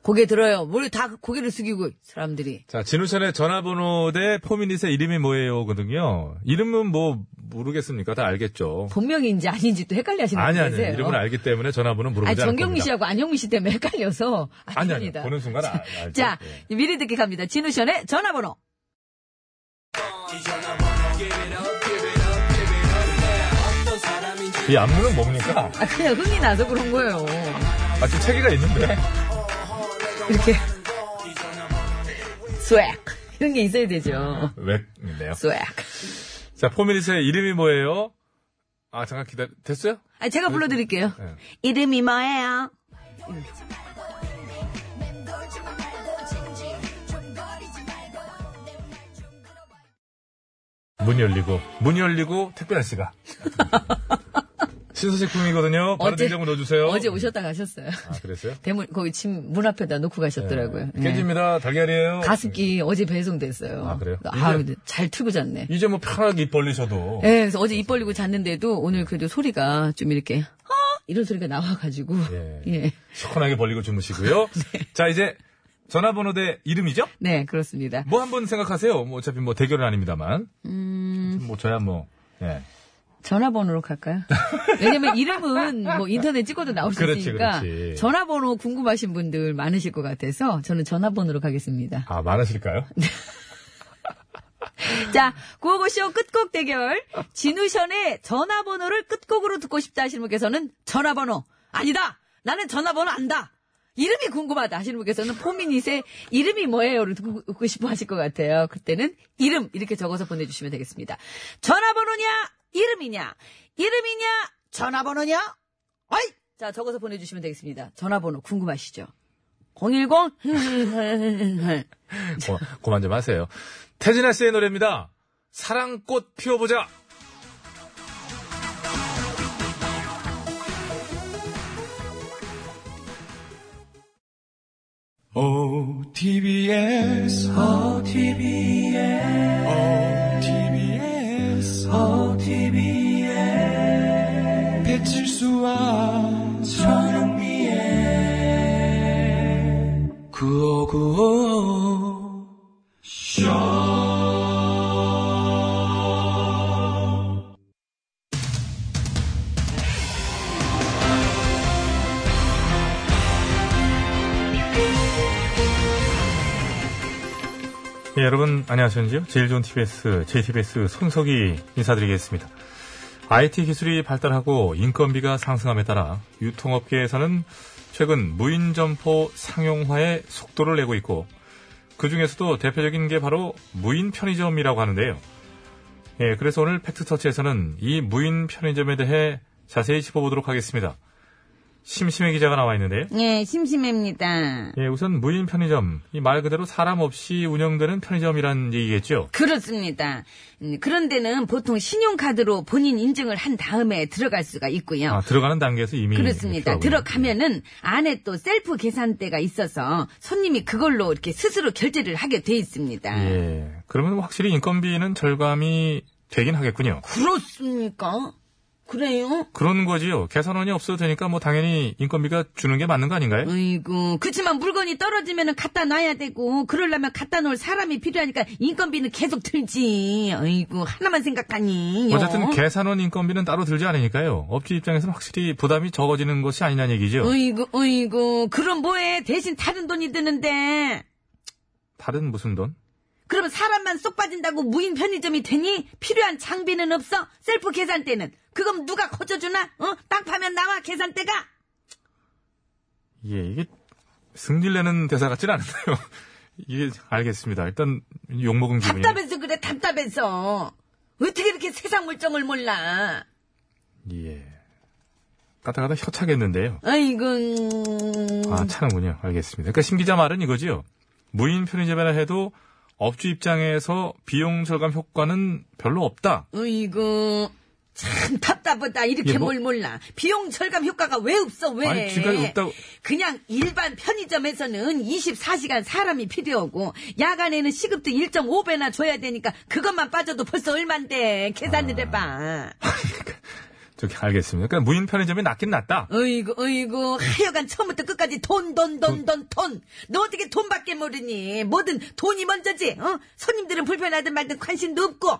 Speaker 4: 고개 들어요. 우리 다 고개를 숙이고 사람들이
Speaker 3: 자, 진우션의 전화번호 대 포미닛의 이름이 뭐예요?거든요. 이름은 뭐, 모르겠습니까? 다 알겠죠.
Speaker 4: 본명인지 아닌지 또 헷갈려 하시는
Speaker 3: 아니, 아니,
Speaker 4: 분이세요.
Speaker 3: 이름은 알기 때문에 전화번호는
Speaker 4: 아니,
Speaker 3: 물어보지 않을
Speaker 4: 정경미
Speaker 3: 겁니다.
Speaker 4: 씨하고 안영미 씨 때문에 헷갈려서
Speaker 3: 아니, 아니,
Speaker 4: 아닙니다.
Speaker 3: 보는 순간 알, 알죠. 예.
Speaker 4: 자, 미리 듣기 갑니다. 진우션의 전화번호.
Speaker 3: 이 안무는 뭡니까?
Speaker 4: 아, 그냥 흥이 나서 그런 거예요.
Speaker 3: 아, 지금 체계가 있는데.
Speaker 4: 네. 이렇게. 스웩. 이런 게 있어야 되죠.
Speaker 3: 왜, 네요.
Speaker 4: 스웩.
Speaker 3: 자, 포미닛의 이름이 뭐예요? 아, 잠깐 기다려, 됐어요?
Speaker 4: 아, 제가 불러드릴게요.
Speaker 3: 네.
Speaker 4: 이름이 뭐예요?
Speaker 3: 문 열리고, 문 열리고, 택배 날씨가. 신소식품이거든요. 바로
Speaker 4: 어제-
Speaker 3: 냉장고 넣어주세요.
Speaker 4: 어제 오셨다 가셨어요.
Speaker 3: 아, 그랬어요?
Speaker 4: 대문, 거기 침 문 앞에다 놓고 가셨더라고요. 예.
Speaker 3: 네. 깨집니다. 달걀이에요.
Speaker 4: 가습기 어제 배송됐어요.
Speaker 3: 아, 그래요?
Speaker 4: 아,
Speaker 3: 이제-
Speaker 4: 잘 틀고 잤네.
Speaker 3: 이제 뭐 편하게 입 벌리셔도.
Speaker 4: 예, 그래서 어제 입 벌리고 잤는데도 오늘 그래도 소리가 좀 이렇게, 어? 이런 소리가 나와가지고.
Speaker 3: 예.
Speaker 4: 예.
Speaker 3: 시원하게 벌리고 주무시고요. 자, 이제 전화번호 대 이름이죠?
Speaker 4: 네, 그렇습니다.
Speaker 3: 뭐 한 번 생각하세요. 뭐 어차피 뭐 대결은 아닙니다만.
Speaker 4: 음,
Speaker 3: 뭐 저야 뭐. 예.
Speaker 4: 전화번호로 갈까요? 왜냐면 이름은 뭐 인터넷 찍어도 나올 수
Speaker 3: 그렇지,
Speaker 4: 있으니까
Speaker 3: 그렇지.
Speaker 4: 전화번호 궁금하신 분들 많으실 것 같아서 저는 전화번호로 가겠습니다.
Speaker 3: 아, 많으실까요?
Speaker 4: 네. 자, 구호고쇼 끝곡 대결 진우션의 전화번호를 끝곡으로 듣고 싶다 하시는 분께서는 전화번호 아니다 나는 전화번호 안다 이름이 궁금하다 하시는 분께서는 포미닛의 이름이 뭐예요를 듣고 듣고 싶어 하실 것 같아요. 그때는 이름 이렇게 적어서 보내주시면 되겠습니다. 전화번호냐 이름이냐 이름이냐 전화번호냐 어이 자 적어서 보내주시면 되겠습니다. 전화번호 궁금하시죠? 010
Speaker 3: 고, 그만 좀 하세요. 태진아 씨의 노래입니다. 사랑꽃 피워보자.
Speaker 21: OTBS, OTBS, OTBS, OTBS, 배칠수와 전영미의 구호구호 쇼.
Speaker 3: 예, 여러분 안녕하셨는지요? 제일 좋은 TBS, JTBS 손석희 인사드리겠습니다. IT 기술이 발달하고 인건비가 상승함에 따라 유통업계에서는 최근 무인점포 상용화의 속도를 내고 있고 그 중에서도 대표적인 게 바로 무인 편의점이라고 하는데요. 예, 그래서 오늘 팩트터치에서는 이 무인 편의점에 대해 자세히 짚어보도록 하겠습니다. 심심해 기자가 나와 있는데요.
Speaker 22: 예, 심심합니다.
Speaker 3: 예, 우선 무인 편의점. 이 말 그대로 사람 없이 운영되는 편의점이란 얘기겠죠?
Speaker 22: 그렇습니다. 음, 그런데는 보통 신용카드로 본인 인증을 한 다음에 들어갈 수가 있고요.
Speaker 3: 아, 들어가는 단계에서 이미.
Speaker 22: 그렇습니다.
Speaker 3: 있더라고요.
Speaker 22: 들어가면은 안에 또 셀프 계산대가 있어서 손님이 그걸로 이렇게 스스로 결제를 하게 돼 있습니다.
Speaker 3: 예. 그러면 확실히 인건비는 절감이 되긴 하겠군요.
Speaker 22: 그렇습니까?
Speaker 4: 그래요?
Speaker 3: 그런 거지요. 계산원이 없어도 되니까 뭐 당연히 인건비가 주는 게 맞는 거 아닌가요?
Speaker 4: 아이고, 그치만 물건이 떨어지면 갖다 놔야 되고, 그러려면 갖다 놓을 사람이 필요하니까 인건비는 계속 들지. 아이고, 하나만 생각하니.
Speaker 3: 어쨌든 계산원 인건비는 따로 들지 않으니까요. 업주 입장에서는 확실히 부담이 적어지는 것이 아니냐는 얘기죠.
Speaker 4: 어이구, 어이구, 그럼 뭐해? 대신 다른 돈이 드는데.
Speaker 3: 다른 무슨 돈?
Speaker 4: 그럼 사람만 쏙 빠진다고 무인 편의점이 되니? 필요한 장비는 없어? 셀프 계산대는? 그건 누가 거쳐주나? 어? 땅 파면 나와, 계산대가?
Speaker 3: 음. 예, 이게 승질내는 대사 같진 않은데요. 이게 알겠습니다. 일단 욕먹은 기분이.
Speaker 4: 답답해서 그래, 답답해서. 어떻게 이렇게 세상 물정을 몰라?
Speaker 3: 예. 까딱까딱 혀차겠는데요.
Speaker 4: 아이고.
Speaker 3: 아, 차는군요. 알겠습니다. 그러니까 심 기자 말은 이거지요. 무인 편의점이라 해도 업주 입장에서 비용 절감 효과는 별로 없다.
Speaker 4: 어이구. 참 답답하다. 이렇게
Speaker 3: 예, 뭐-
Speaker 4: 뭘 몰라. 비용 절감 효과가 왜 없어? 왜?
Speaker 3: 아니, 지금까지 없다고-
Speaker 4: 그냥 일반 편의점에서는 24시간 사람이 필요하고 야간에는 시급도 1.5배나 줘야 되니까 그것만 빠져도 벌써 얼만데. 계산을 해봐.
Speaker 3: 저기 알겠습니다. 그러니까 무인 편의점이 낫긴 낫다.
Speaker 4: 어이구, 어이구. 하여간 처음부터 끝까지 돈, 돈, 돈, 돈, 돈. 너 어떻게 돈밖에 모르니? 뭐든 돈이 먼저지. 어? 손님들은 불편하든 말든 관심도 없고.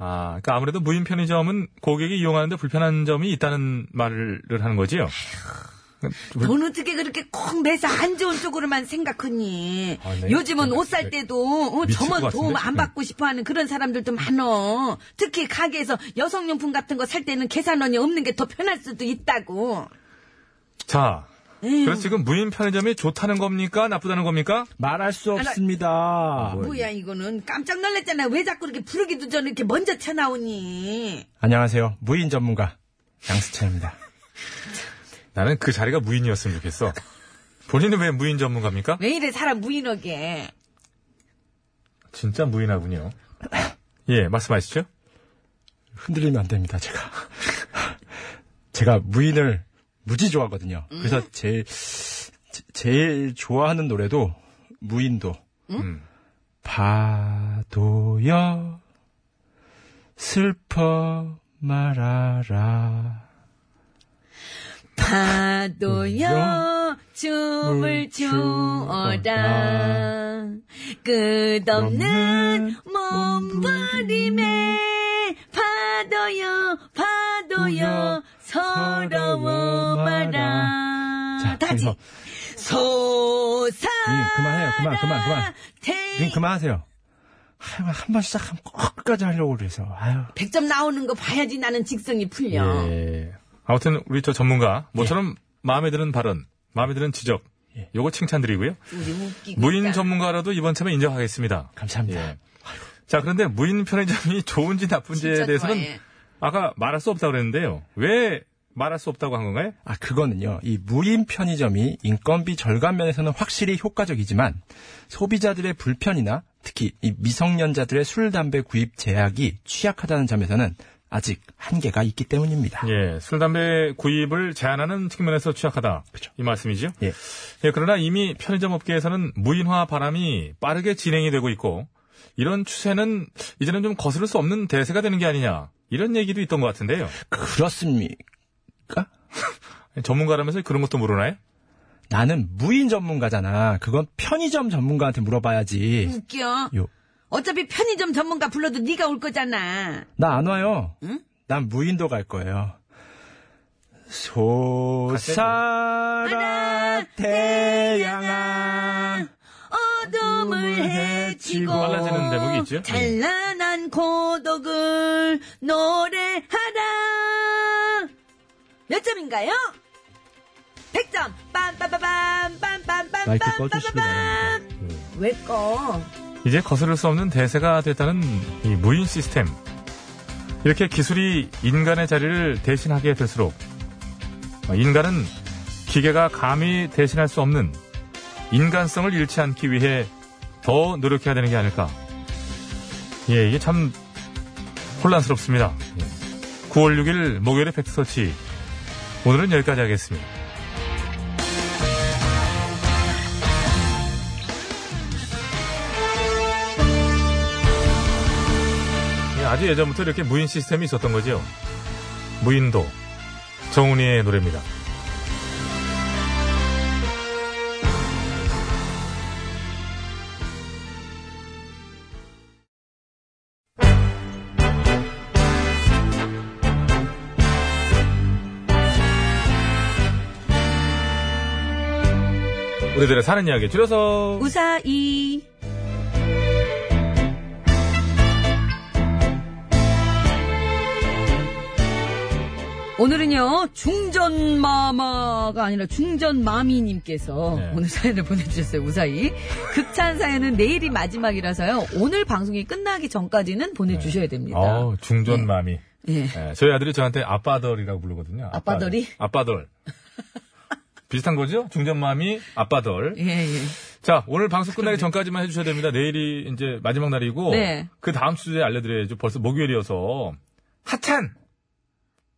Speaker 3: 아, 그러니까 아무래도 무인 편의점은 고객이 이용하는데 불편한 점이 있다는 말을 하는 거지요. 그러니까
Speaker 4: 돈 어떻게 그렇게 콕 매서 안 좋은 쪽으로만 생각하니?
Speaker 3: 아, 네.
Speaker 4: 요즘은
Speaker 3: 네.
Speaker 4: 옷 살 때도 어,
Speaker 3: 미칠 것
Speaker 4: 점원
Speaker 3: 같은데, 네.
Speaker 4: 도움 안
Speaker 3: 지금.
Speaker 4: 받고 싶어 하는 그런 사람들도 많어. 특히 가게에서 여성용품 같은 거 살 때는 계산원이 없는 게 더 편할 수도 있다고.
Speaker 3: 어, 자, 그래서 지금 무인 편의점이 좋다는 겁니까? 나쁘다는 겁니까?
Speaker 2: 말할 수
Speaker 4: 알아-
Speaker 2: 없습니다.
Speaker 3: 네.
Speaker 4: 뭐야, 이거는 깜짝 놀랐잖아. 왜 자꾸 이렇게 부르기도 전에 이렇게 먼저 쳐나오니?
Speaker 2: 안녕하세요. 무인 전문가 양수찬입니다.
Speaker 3: 나는 그 자리가 무인이었으면 좋겠어. 본인은 왜 무인 전문가입니까?
Speaker 4: 왜 이래 사람 무인하게.
Speaker 3: 진짜 무인하군요. 예, 말씀하시죠.
Speaker 2: 흔들리면 안 됩니다. 제가 제가 무인을 무지 좋아하거든요. 그래서 제일 제- 제일 좋아하는 노래도 무인도
Speaker 3: 음.
Speaker 2: 파도여 슬퍼 말아라
Speaker 3: 음,
Speaker 4: 파도여 춤을 추어라
Speaker 3: 아.
Speaker 4: 끝없는
Speaker 3: 예,
Speaker 4: 몸부림에 파도여 파도여 서러워 마라
Speaker 2: 자,
Speaker 4: 다시
Speaker 2: 그래서
Speaker 4: 소사
Speaker 2: 님 그만해요. 그만 그만 그만. 예. 님 그만하세요. 하여간 한번 시작하면 꼭 끝까지 하려고 그래서 아유.
Speaker 4: 100점 나오는 거 봐야지 나는 직성이 풀려
Speaker 3: 예. 아무튼 우리 저 전문가 모처럼 마음에 드는 발언, 마음에 드는 지적, 요거 칭찬드리고요.
Speaker 4: 우리 웃기고
Speaker 3: 무인
Speaker 4: 있다.
Speaker 3: 전문가라도 이번 참에 인정하겠습니다.
Speaker 2: 감사합니다.
Speaker 3: 자, 그런데 무인 편의점이 좋은지 나쁜지에
Speaker 2: 진짜
Speaker 3: 대해서는
Speaker 2: 좋아해.
Speaker 3: 아까 말할 수 없다고 그랬는데요. 왜 말할 수 없다고 한 건가요?
Speaker 2: 아, 그거는요. 이 무인 편의점이 인건비 절감 면에서는 확실히 효과적이지만 소비자들의 불편이나 특히 이 미성년자들의 술, 담배 구입 제약이 취약하다는 점에서는 아직 한계가 있기 때문입니다.
Speaker 3: 예, 술, 담배 구입을 제한하는 측면에서 취약하다. 이 말씀이죠?
Speaker 2: 예.
Speaker 3: 그러나 이미 편의점 업계에서는 무인화 바람이 빠르게 진행이 되고 있고, 이런 추세는 이제는 좀 거스를 수 없는 대세가 되는 게 아니냐. 이런 얘기도 있던 것 같은데요.
Speaker 2: 그렇습니까?
Speaker 3: 전문가라면서 그런 것도 모르나요?
Speaker 2: 나는 무인 전문가잖아. 그건 편의점 전문가한테 물어봐야지.
Speaker 4: 웃겨
Speaker 2: 요,
Speaker 4: 어차피 편의점 전문가 불러도 네가 올 거잖아
Speaker 2: 나 안 와요. 난 무인도 갈 거예요. 네. 소사라 아, 네. 태양아
Speaker 4: 어둠을 해치고
Speaker 2: 빨라지는 대목이 있죠?
Speaker 4: 찬란한 고독을 노래하라 몇 점인가요? 100점 빰빰빰빰
Speaker 3: 마이크
Speaker 4: 빰빰빰빰
Speaker 3: 꺼주시기 바랍니다.
Speaker 4: 왜 꺼?
Speaker 3: 이제 거스를 수 없는 대세가 됐다는 이 무인 시스템. 이렇게 기술이 인간의 자리를 대신하게 될수록 인간은 기계가 감히 대신할 수 없는 인간성을 잃지 않기 위해 더 노력해야 되는 게 아닐까. 예, 이게 참 혼란스럽습니다. 9월 6일 목요일의 팩트서치. 오늘은 여기까지 하겠습니다. 예, 아주 예전부터 이렇게 무인 시스템이 있었던 거죠. 무인도 정훈이의 노래입니다. 우리들의 사는 이야기 줄여서
Speaker 4: 우사이. 오늘은요, 중전마마가 아니라 중전마미님께서
Speaker 23: 네.
Speaker 4: 오늘 사연을 보내주셨어요, 우사히. 극찬 사연은 내일이 마지막이라서요, 오늘 방송이 끝나기 전까지는 보내주셔야 됩니다.
Speaker 3: 어, 중전 마미.
Speaker 4: 예.
Speaker 3: 예, 저희 아들이 저한테 아빠덜이라고 부르거든요.
Speaker 4: 아빠덜이?
Speaker 3: 아빠덜. 비슷한 거죠? 중전 마미, 아빠덜.
Speaker 4: 예, 예.
Speaker 3: 자, 오늘 방송 끝나기 전까지만 해주셔야 됩니다. 내일이 이제 마지막 날이고.
Speaker 4: 네.
Speaker 3: 그 다음 주에 알려드려야죠. 벌써 목요일이어서. 하찬!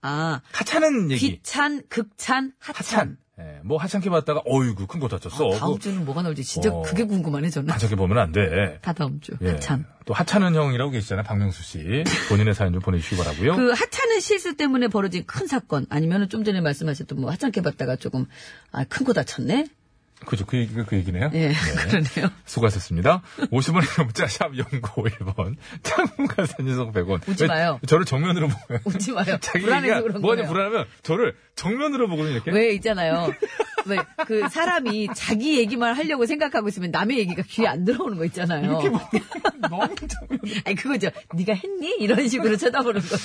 Speaker 4: 아.
Speaker 3: 하찮은 얘기.
Speaker 4: 귀찬, 극찬, 하찬.
Speaker 3: 예, 뭐 하찮게 봤다가, 어이구, 큰 거 다쳤어.
Speaker 4: 아, 다음
Speaker 3: 그-
Speaker 4: 주는 뭐가 나올지 진짜
Speaker 3: 어.
Speaker 4: 그게 궁금하네, 저는.
Speaker 3: 아, 저게 보면 안 돼.
Speaker 4: 다 다음 주.
Speaker 3: 예.
Speaker 4: 하찬.
Speaker 3: 또 하찮은 형이라고 계시잖아요. 박명수 씨. 본인의 사연 좀 보내주시기 바라고요
Speaker 4: 그 하찮은 실수 때문에 벌어진 큰 사건 아니면은 좀 전에 말씀하셨던 뭐 하찮게 봤다가 조금 아 큰 거 다쳤네.
Speaker 3: 그죠. 그, 얘기- 그 얘기네요.
Speaker 4: 예,
Speaker 3: 네.
Speaker 4: 그러네요.
Speaker 3: 수고하셨습니다. 50원의 문자 샵 0951번. 장문가 산지석 100원.
Speaker 4: 웃지 마요.
Speaker 3: 저를 정면으로 보면.
Speaker 4: 웃지 마요.
Speaker 3: 자기
Speaker 4: 불안해서
Speaker 3: 얘기가
Speaker 4: 그런
Speaker 3: 뭐하냐
Speaker 4: 거예요.
Speaker 3: 불안하면 저를 정면으로 보거든요. 이렇게.
Speaker 4: 왜 있잖아요. 왜 그 사람이 자기 얘기만 하려고 생각하고 있으면 남의 얘기가 귀에 안 들어오는 거 있잖아요.
Speaker 3: 이렇게 뭐,
Speaker 4: 너무 아니 그거죠. 네가 했니? 이런 식으로 쳐다보는 거죠.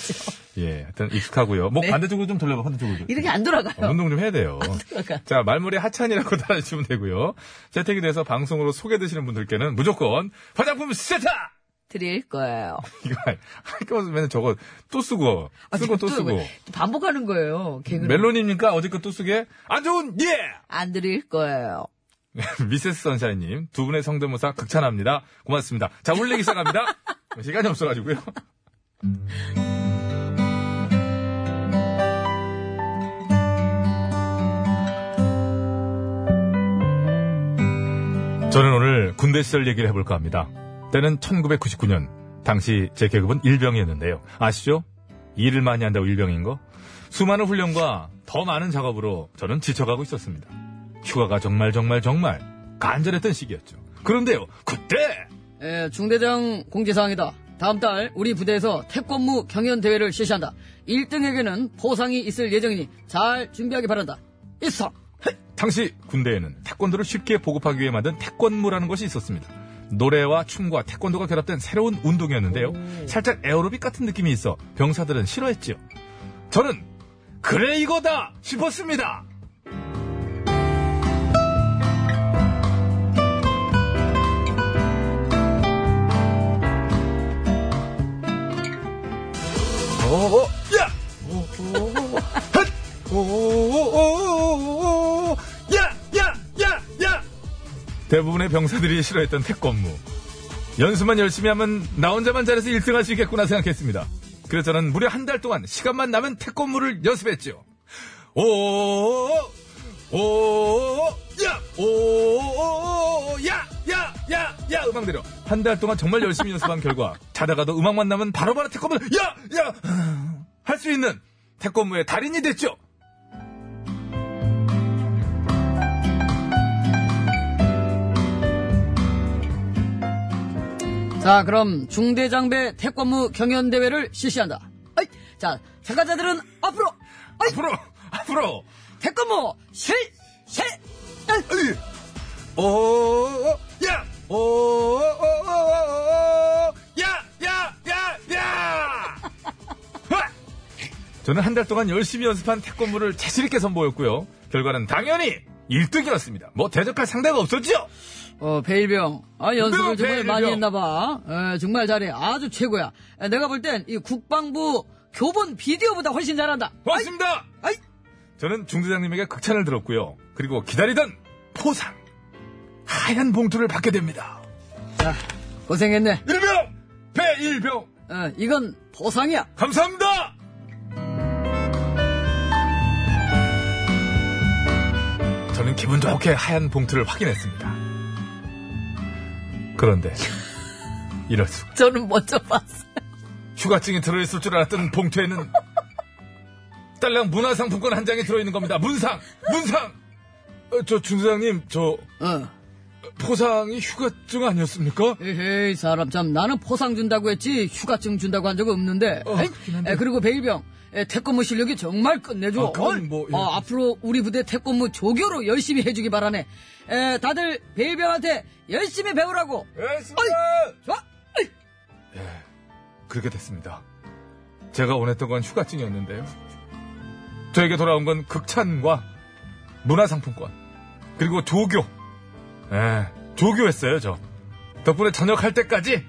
Speaker 3: 예, 하여튼 익숙하고요. 목
Speaker 4: 네.
Speaker 3: 반대쪽으로 좀 돌려봐. 반대쪽으로. 좀.
Speaker 4: 이렇게 안 돌아가요. 그러니까
Speaker 3: 어, 운동 좀 해야 돼요.
Speaker 4: 돌아가.
Speaker 3: 자, 말머리 하찬이라고 달아주시면 되고요. 채택이 돼서 방송으로 소개되시는 분들께는 무조건 화장품 세트!
Speaker 4: 드릴 거예요.
Speaker 3: 이거 할거면 저거 또 쓰고
Speaker 4: 아,
Speaker 3: 쓰고 또 쓰고
Speaker 4: 반복하는 거예요. 개그를.
Speaker 3: 멜론입니까 어제껏 또 쓰게 안 좋은 예
Speaker 4: 안 드릴 거예요.
Speaker 3: 미세스 선샤인님 두 분의 성대모사 극찬합니다. 고맙습니다. 자 올리기 시작합니다. 시간이 없어가지고요. 저는 오늘 군대 시절 얘기를 해볼까 합니다. 때는 1999년. 당시 제 계급은 일병이었는데요. 아시죠? 일을 많이 한다고 일병인 거? 수많은 훈련과 더 많은 작업으로 저는 지쳐가고 있었습니다. 휴가가 정말 정말 정말 간절했던 시기였죠. 그런데요, 그때!
Speaker 24: 예, 중대장 공지사항이다. 다음 달 우리 부대에서 태권무 경연 대회를 실시한다. 1등에게는 보상이 있을 예정이니 잘 준비하기 바란다. 있어.
Speaker 3: 당시 군대에는 태권도를 쉽게 보급하기 위해 만든 태권무라는 것이 있었습니다. 노래와 춤과 태권도가 결합된 새로운 운동이었는데요. 살짝 에어로빅 같은 느낌이 있어 병사들은 싫어했지요. 저는 그래 이거다 싶었습니다. 오, 어, 야! 오오오오오오오 야! 야! 야! 야! 대부분의 병사들이 싫어했던 태권무. 연습만 열심히 하면 나 혼자만 잘해서 1등 할 수 있겠구나 생각했습니다. 그래서 저는 무려 한 달 동안 시간만 나면 태권무를 연습했죠. 오오오오 오오오 야! 오오오 야! 야! 야! 야! 음악 내려. 한 달 동안 정말 열심히 연습한 결과 자다가도 음악만 나면 바로바로 태권무 야! 야! 할 수 있는 태권무의 달인이 됐죠.
Speaker 24: 자, 그럼 중대장배 태권무 경연 대회를 실시한다. 어이, 자, 참가자들은 앞으로. 어이,
Speaker 3: 앞으로, 앞으로.
Speaker 24: 태권무 실, 실.
Speaker 3: 오, 어, 야, 어, 오, 오, 오, 어. 야, 야, 야, 야. 저는 한 달 동안 열심히 연습한 태권무를 자신있게 선보였고요. 결과는 당연히 1등이었습니다. 뭐 대적할 상대가 없었죠?
Speaker 24: 어, 배일병. 아, 연습을
Speaker 3: 배우,
Speaker 24: 정말
Speaker 3: 배일병.
Speaker 24: 많이 했나봐. 에, 정말 잘해. 아주 최고야. 에, 내가 볼 땐 이 국방부 교본 비디오보다 훨씬 잘한다.
Speaker 3: 맞습니다. 저는 중대장님에게 극찬을 들었고요. 그리고 기다리던 포상. 하얀 봉투를 받게 됩니다.
Speaker 24: 자, 고생했네.
Speaker 3: 일병! 배일병!
Speaker 24: 어, 이건 보상이야.
Speaker 3: 감사합니다! 저는 기분 좋게 하얀 봉투를 확인했습니다. 그런데 이럴 수가.
Speaker 4: 저는 먼저 봤어요.
Speaker 3: 휴가증이 들어있을 줄 알았던 봉투에는
Speaker 6: 딸랑 문화상품권 한 장이 들어있는 겁니다. 문상! 문상! 어, 저, 중사장님, 저, 포상이 휴가증 아니었습니까?
Speaker 25: 에헤이, 사람 참, 나는 포상 준다고 했지, 휴가증 준다고 한 적은 없는데. 에이, 에, 그리고 베일병, 에, 태권무 실력이 정말 끝내줘.
Speaker 6: 아, 그건 뭐, 예.
Speaker 25: 어, 앞으로 우리 부대 태권무 조교로 열심히 해주기 바라네. 에, 다들 베일병한테 열심히 배우라고.
Speaker 6: 알겠습니다!
Speaker 25: 좋아!
Speaker 6: 예, 그렇게 됐습니다. 제가 원했던 건 휴가증이었는데요. 저에게 돌아온 건 극찬과 문화상품권 그리고 조교. 예, 조교했어요 저. 덕분에 전역할 때까지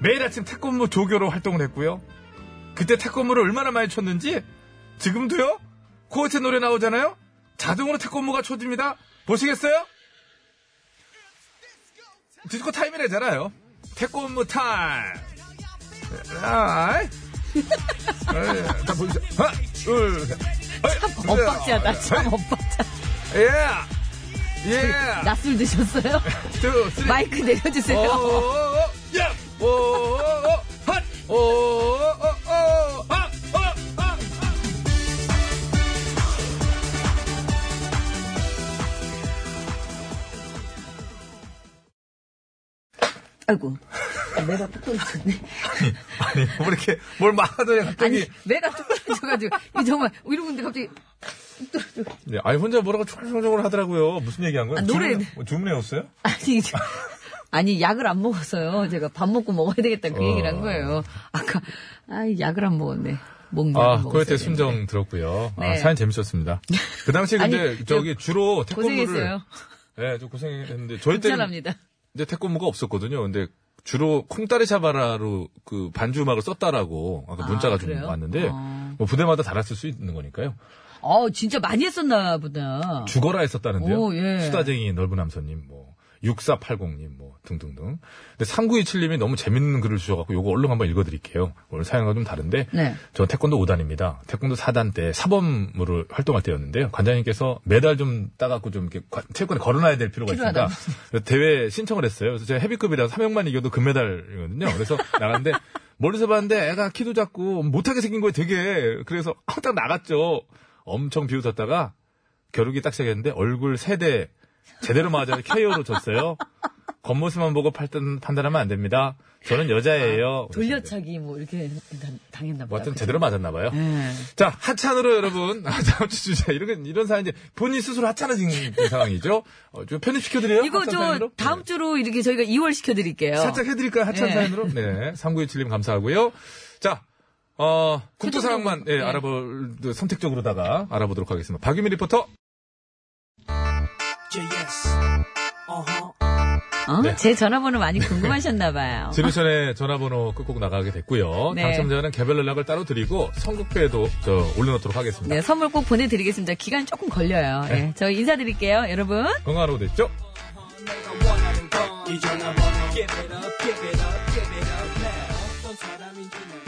Speaker 6: 매일 아침 태권무 조교로 활동을 했고요. 그때 태권무를 얼마나 많이 쳤는지 지금도요. 코어체 노래 나오잖아요. 자동으로 태권무가 쳐집니다. 보시겠어요? 디스코 타임이래잖아요. 태권무 타임. 아이. 아이, 다 보이죠? 하나, 둘, 셋. 참
Speaker 4: 엇박자다, 참 엇박자.
Speaker 6: 예! 예!
Speaker 4: 낮술 드셨어요?
Speaker 6: 둘, 쓰리.
Speaker 4: 마이크 내려주세요.
Speaker 3: 어.
Speaker 6: 오오오, 야! 오오오, 핫! 오오오, 아!
Speaker 4: 아이고. 내가 또 있었네.
Speaker 6: 아니, 뭐 이렇게 뭘 말하더니 갑자기.
Speaker 4: 아니, 내가 또 떨어져가지고. 이 정말, 이러는데 갑자기.
Speaker 3: 네, 아니 혼자 뭐라고 촐촐촐 하더라고요. 무슨 얘기한 거예요?
Speaker 4: 아, 노래.
Speaker 3: 주문, 뭐 주문해왔어요?
Speaker 4: 아니, 저- 아니, 약을 안 먹었어요. 제가 밥 먹고 먹어야 되겠다. 그
Speaker 3: 어.
Speaker 4: 얘기를 한 거예요. 아까, 아 약을 안 먹었네. 먹는
Speaker 3: 아,
Speaker 4: 먹었어요.
Speaker 3: 그때 순정 들었고요. 아,
Speaker 4: 네.
Speaker 3: 사연 재밌었습니다. 그 당시 근데
Speaker 4: 아니,
Speaker 3: 저기 주로 태권무를
Speaker 4: 네. 고생했어요.
Speaker 3: 예, 좀 고생했는데 저희 때는
Speaker 4: 감사합니다.
Speaker 3: 이제 태권무가 없었거든요. 근데 주로 콩다리 샤바라로 그 반주 음악을 썼다라고 아까 문자가 좀
Speaker 4: 그래요?
Speaker 3: 왔는데 뭐 부대마다 달았을 수 있는 거니까요.
Speaker 4: 어, 진짜 많이 했었나 보다.
Speaker 3: 죽어라 했었다는데요.
Speaker 4: 오, 예.
Speaker 3: 수다쟁이 넓은 함선님, 뭐, 6480님, 뭐, 등등등. 근데 3927님이 너무 재밌는 글을 주셔갖고, 요거 얼른 한번 읽어드릴게요. 오늘 사연과 좀 다른데,
Speaker 4: 네.
Speaker 3: 저 태권도 5단입니다. 태권도 4단 때 사범으로 활동할 때였는데요. 관장님께서 메달 좀 따갖고 좀 이렇게 관- 체육관에 걸어놔야 될 필요가
Speaker 4: 필요하다.
Speaker 3: 있으니까 그래서 대회 신청을 했어요. 그래서 제가 헤비급이라서 3명만 이겨도 금메달이거든요. 그래서 나갔는데 멀리서 봤는데 애가 키도 작고 못하게 생긴 거예요, 되게. 그래서 딱 나갔죠. 엄청 비웃었다가 겨루기 딱 시작했는데 얼굴 세대 제대로 맞아서 KO로 졌어요. 겉모습만 보고 판단, 판단하면 안 됩니다. 저는 여자예요.
Speaker 4: 돌려차기 뭐 이렇게 당- 당했나 보다.
Speaker 3: 뭐
Speaker 4: 네.
Speaker 3: 하여튼 제대로 맞았나 봐요. 자 하찮으로 여러분 아, 다음 주 주제 이런 이런 사연 이제 본인 스스로 하찮아진 상황이죠. 어, 좀 편입시켜드려요.
Speaker 4: 이거
Speaker 3: 하찮은
Speaker 4: 저
Speaker 3: 사연으로? 네.
Speaker 4: 다음 주로 이렇게 저희가 2월 시켜드릴게요.
Speaker 3: 살짝 해드릴까요? 하찮은
Speaker 4: 예.
Speaker 3: 사연으로. 네. 3917님 감사하고요. 자, 어, 국토 사항만 예, 알아볼 선택적으로다가 알아보도록 하겠습니다. 박유미 리포터.
Speaker 4: 어?
Speaker 3: 네.
Speaker 4: 제 전화번호 많이 궁금하셨나봐요.
Speaker 3: 지루션의 전화번호 끝곡 나가게 됐고요.
Speaker 4: 네.
Speaker 3: 당첨자는 개별 연락을 따로 드리고 선곡표에도 저 올려놓도록 하겠습니다.
Speaker 4: 네, 선물 꼭 보내드리겠습니다. 기간이 조금 걸려요.
Speaker 3: 네.
Speaker 4: 예, 저희 인사드릴게요, 여러분.
Speaker 3: 건강한 오후 됐죠?
Speaker 21: 이 전화번호 Give it up, give it up, give it up now 어떤 사람인지 내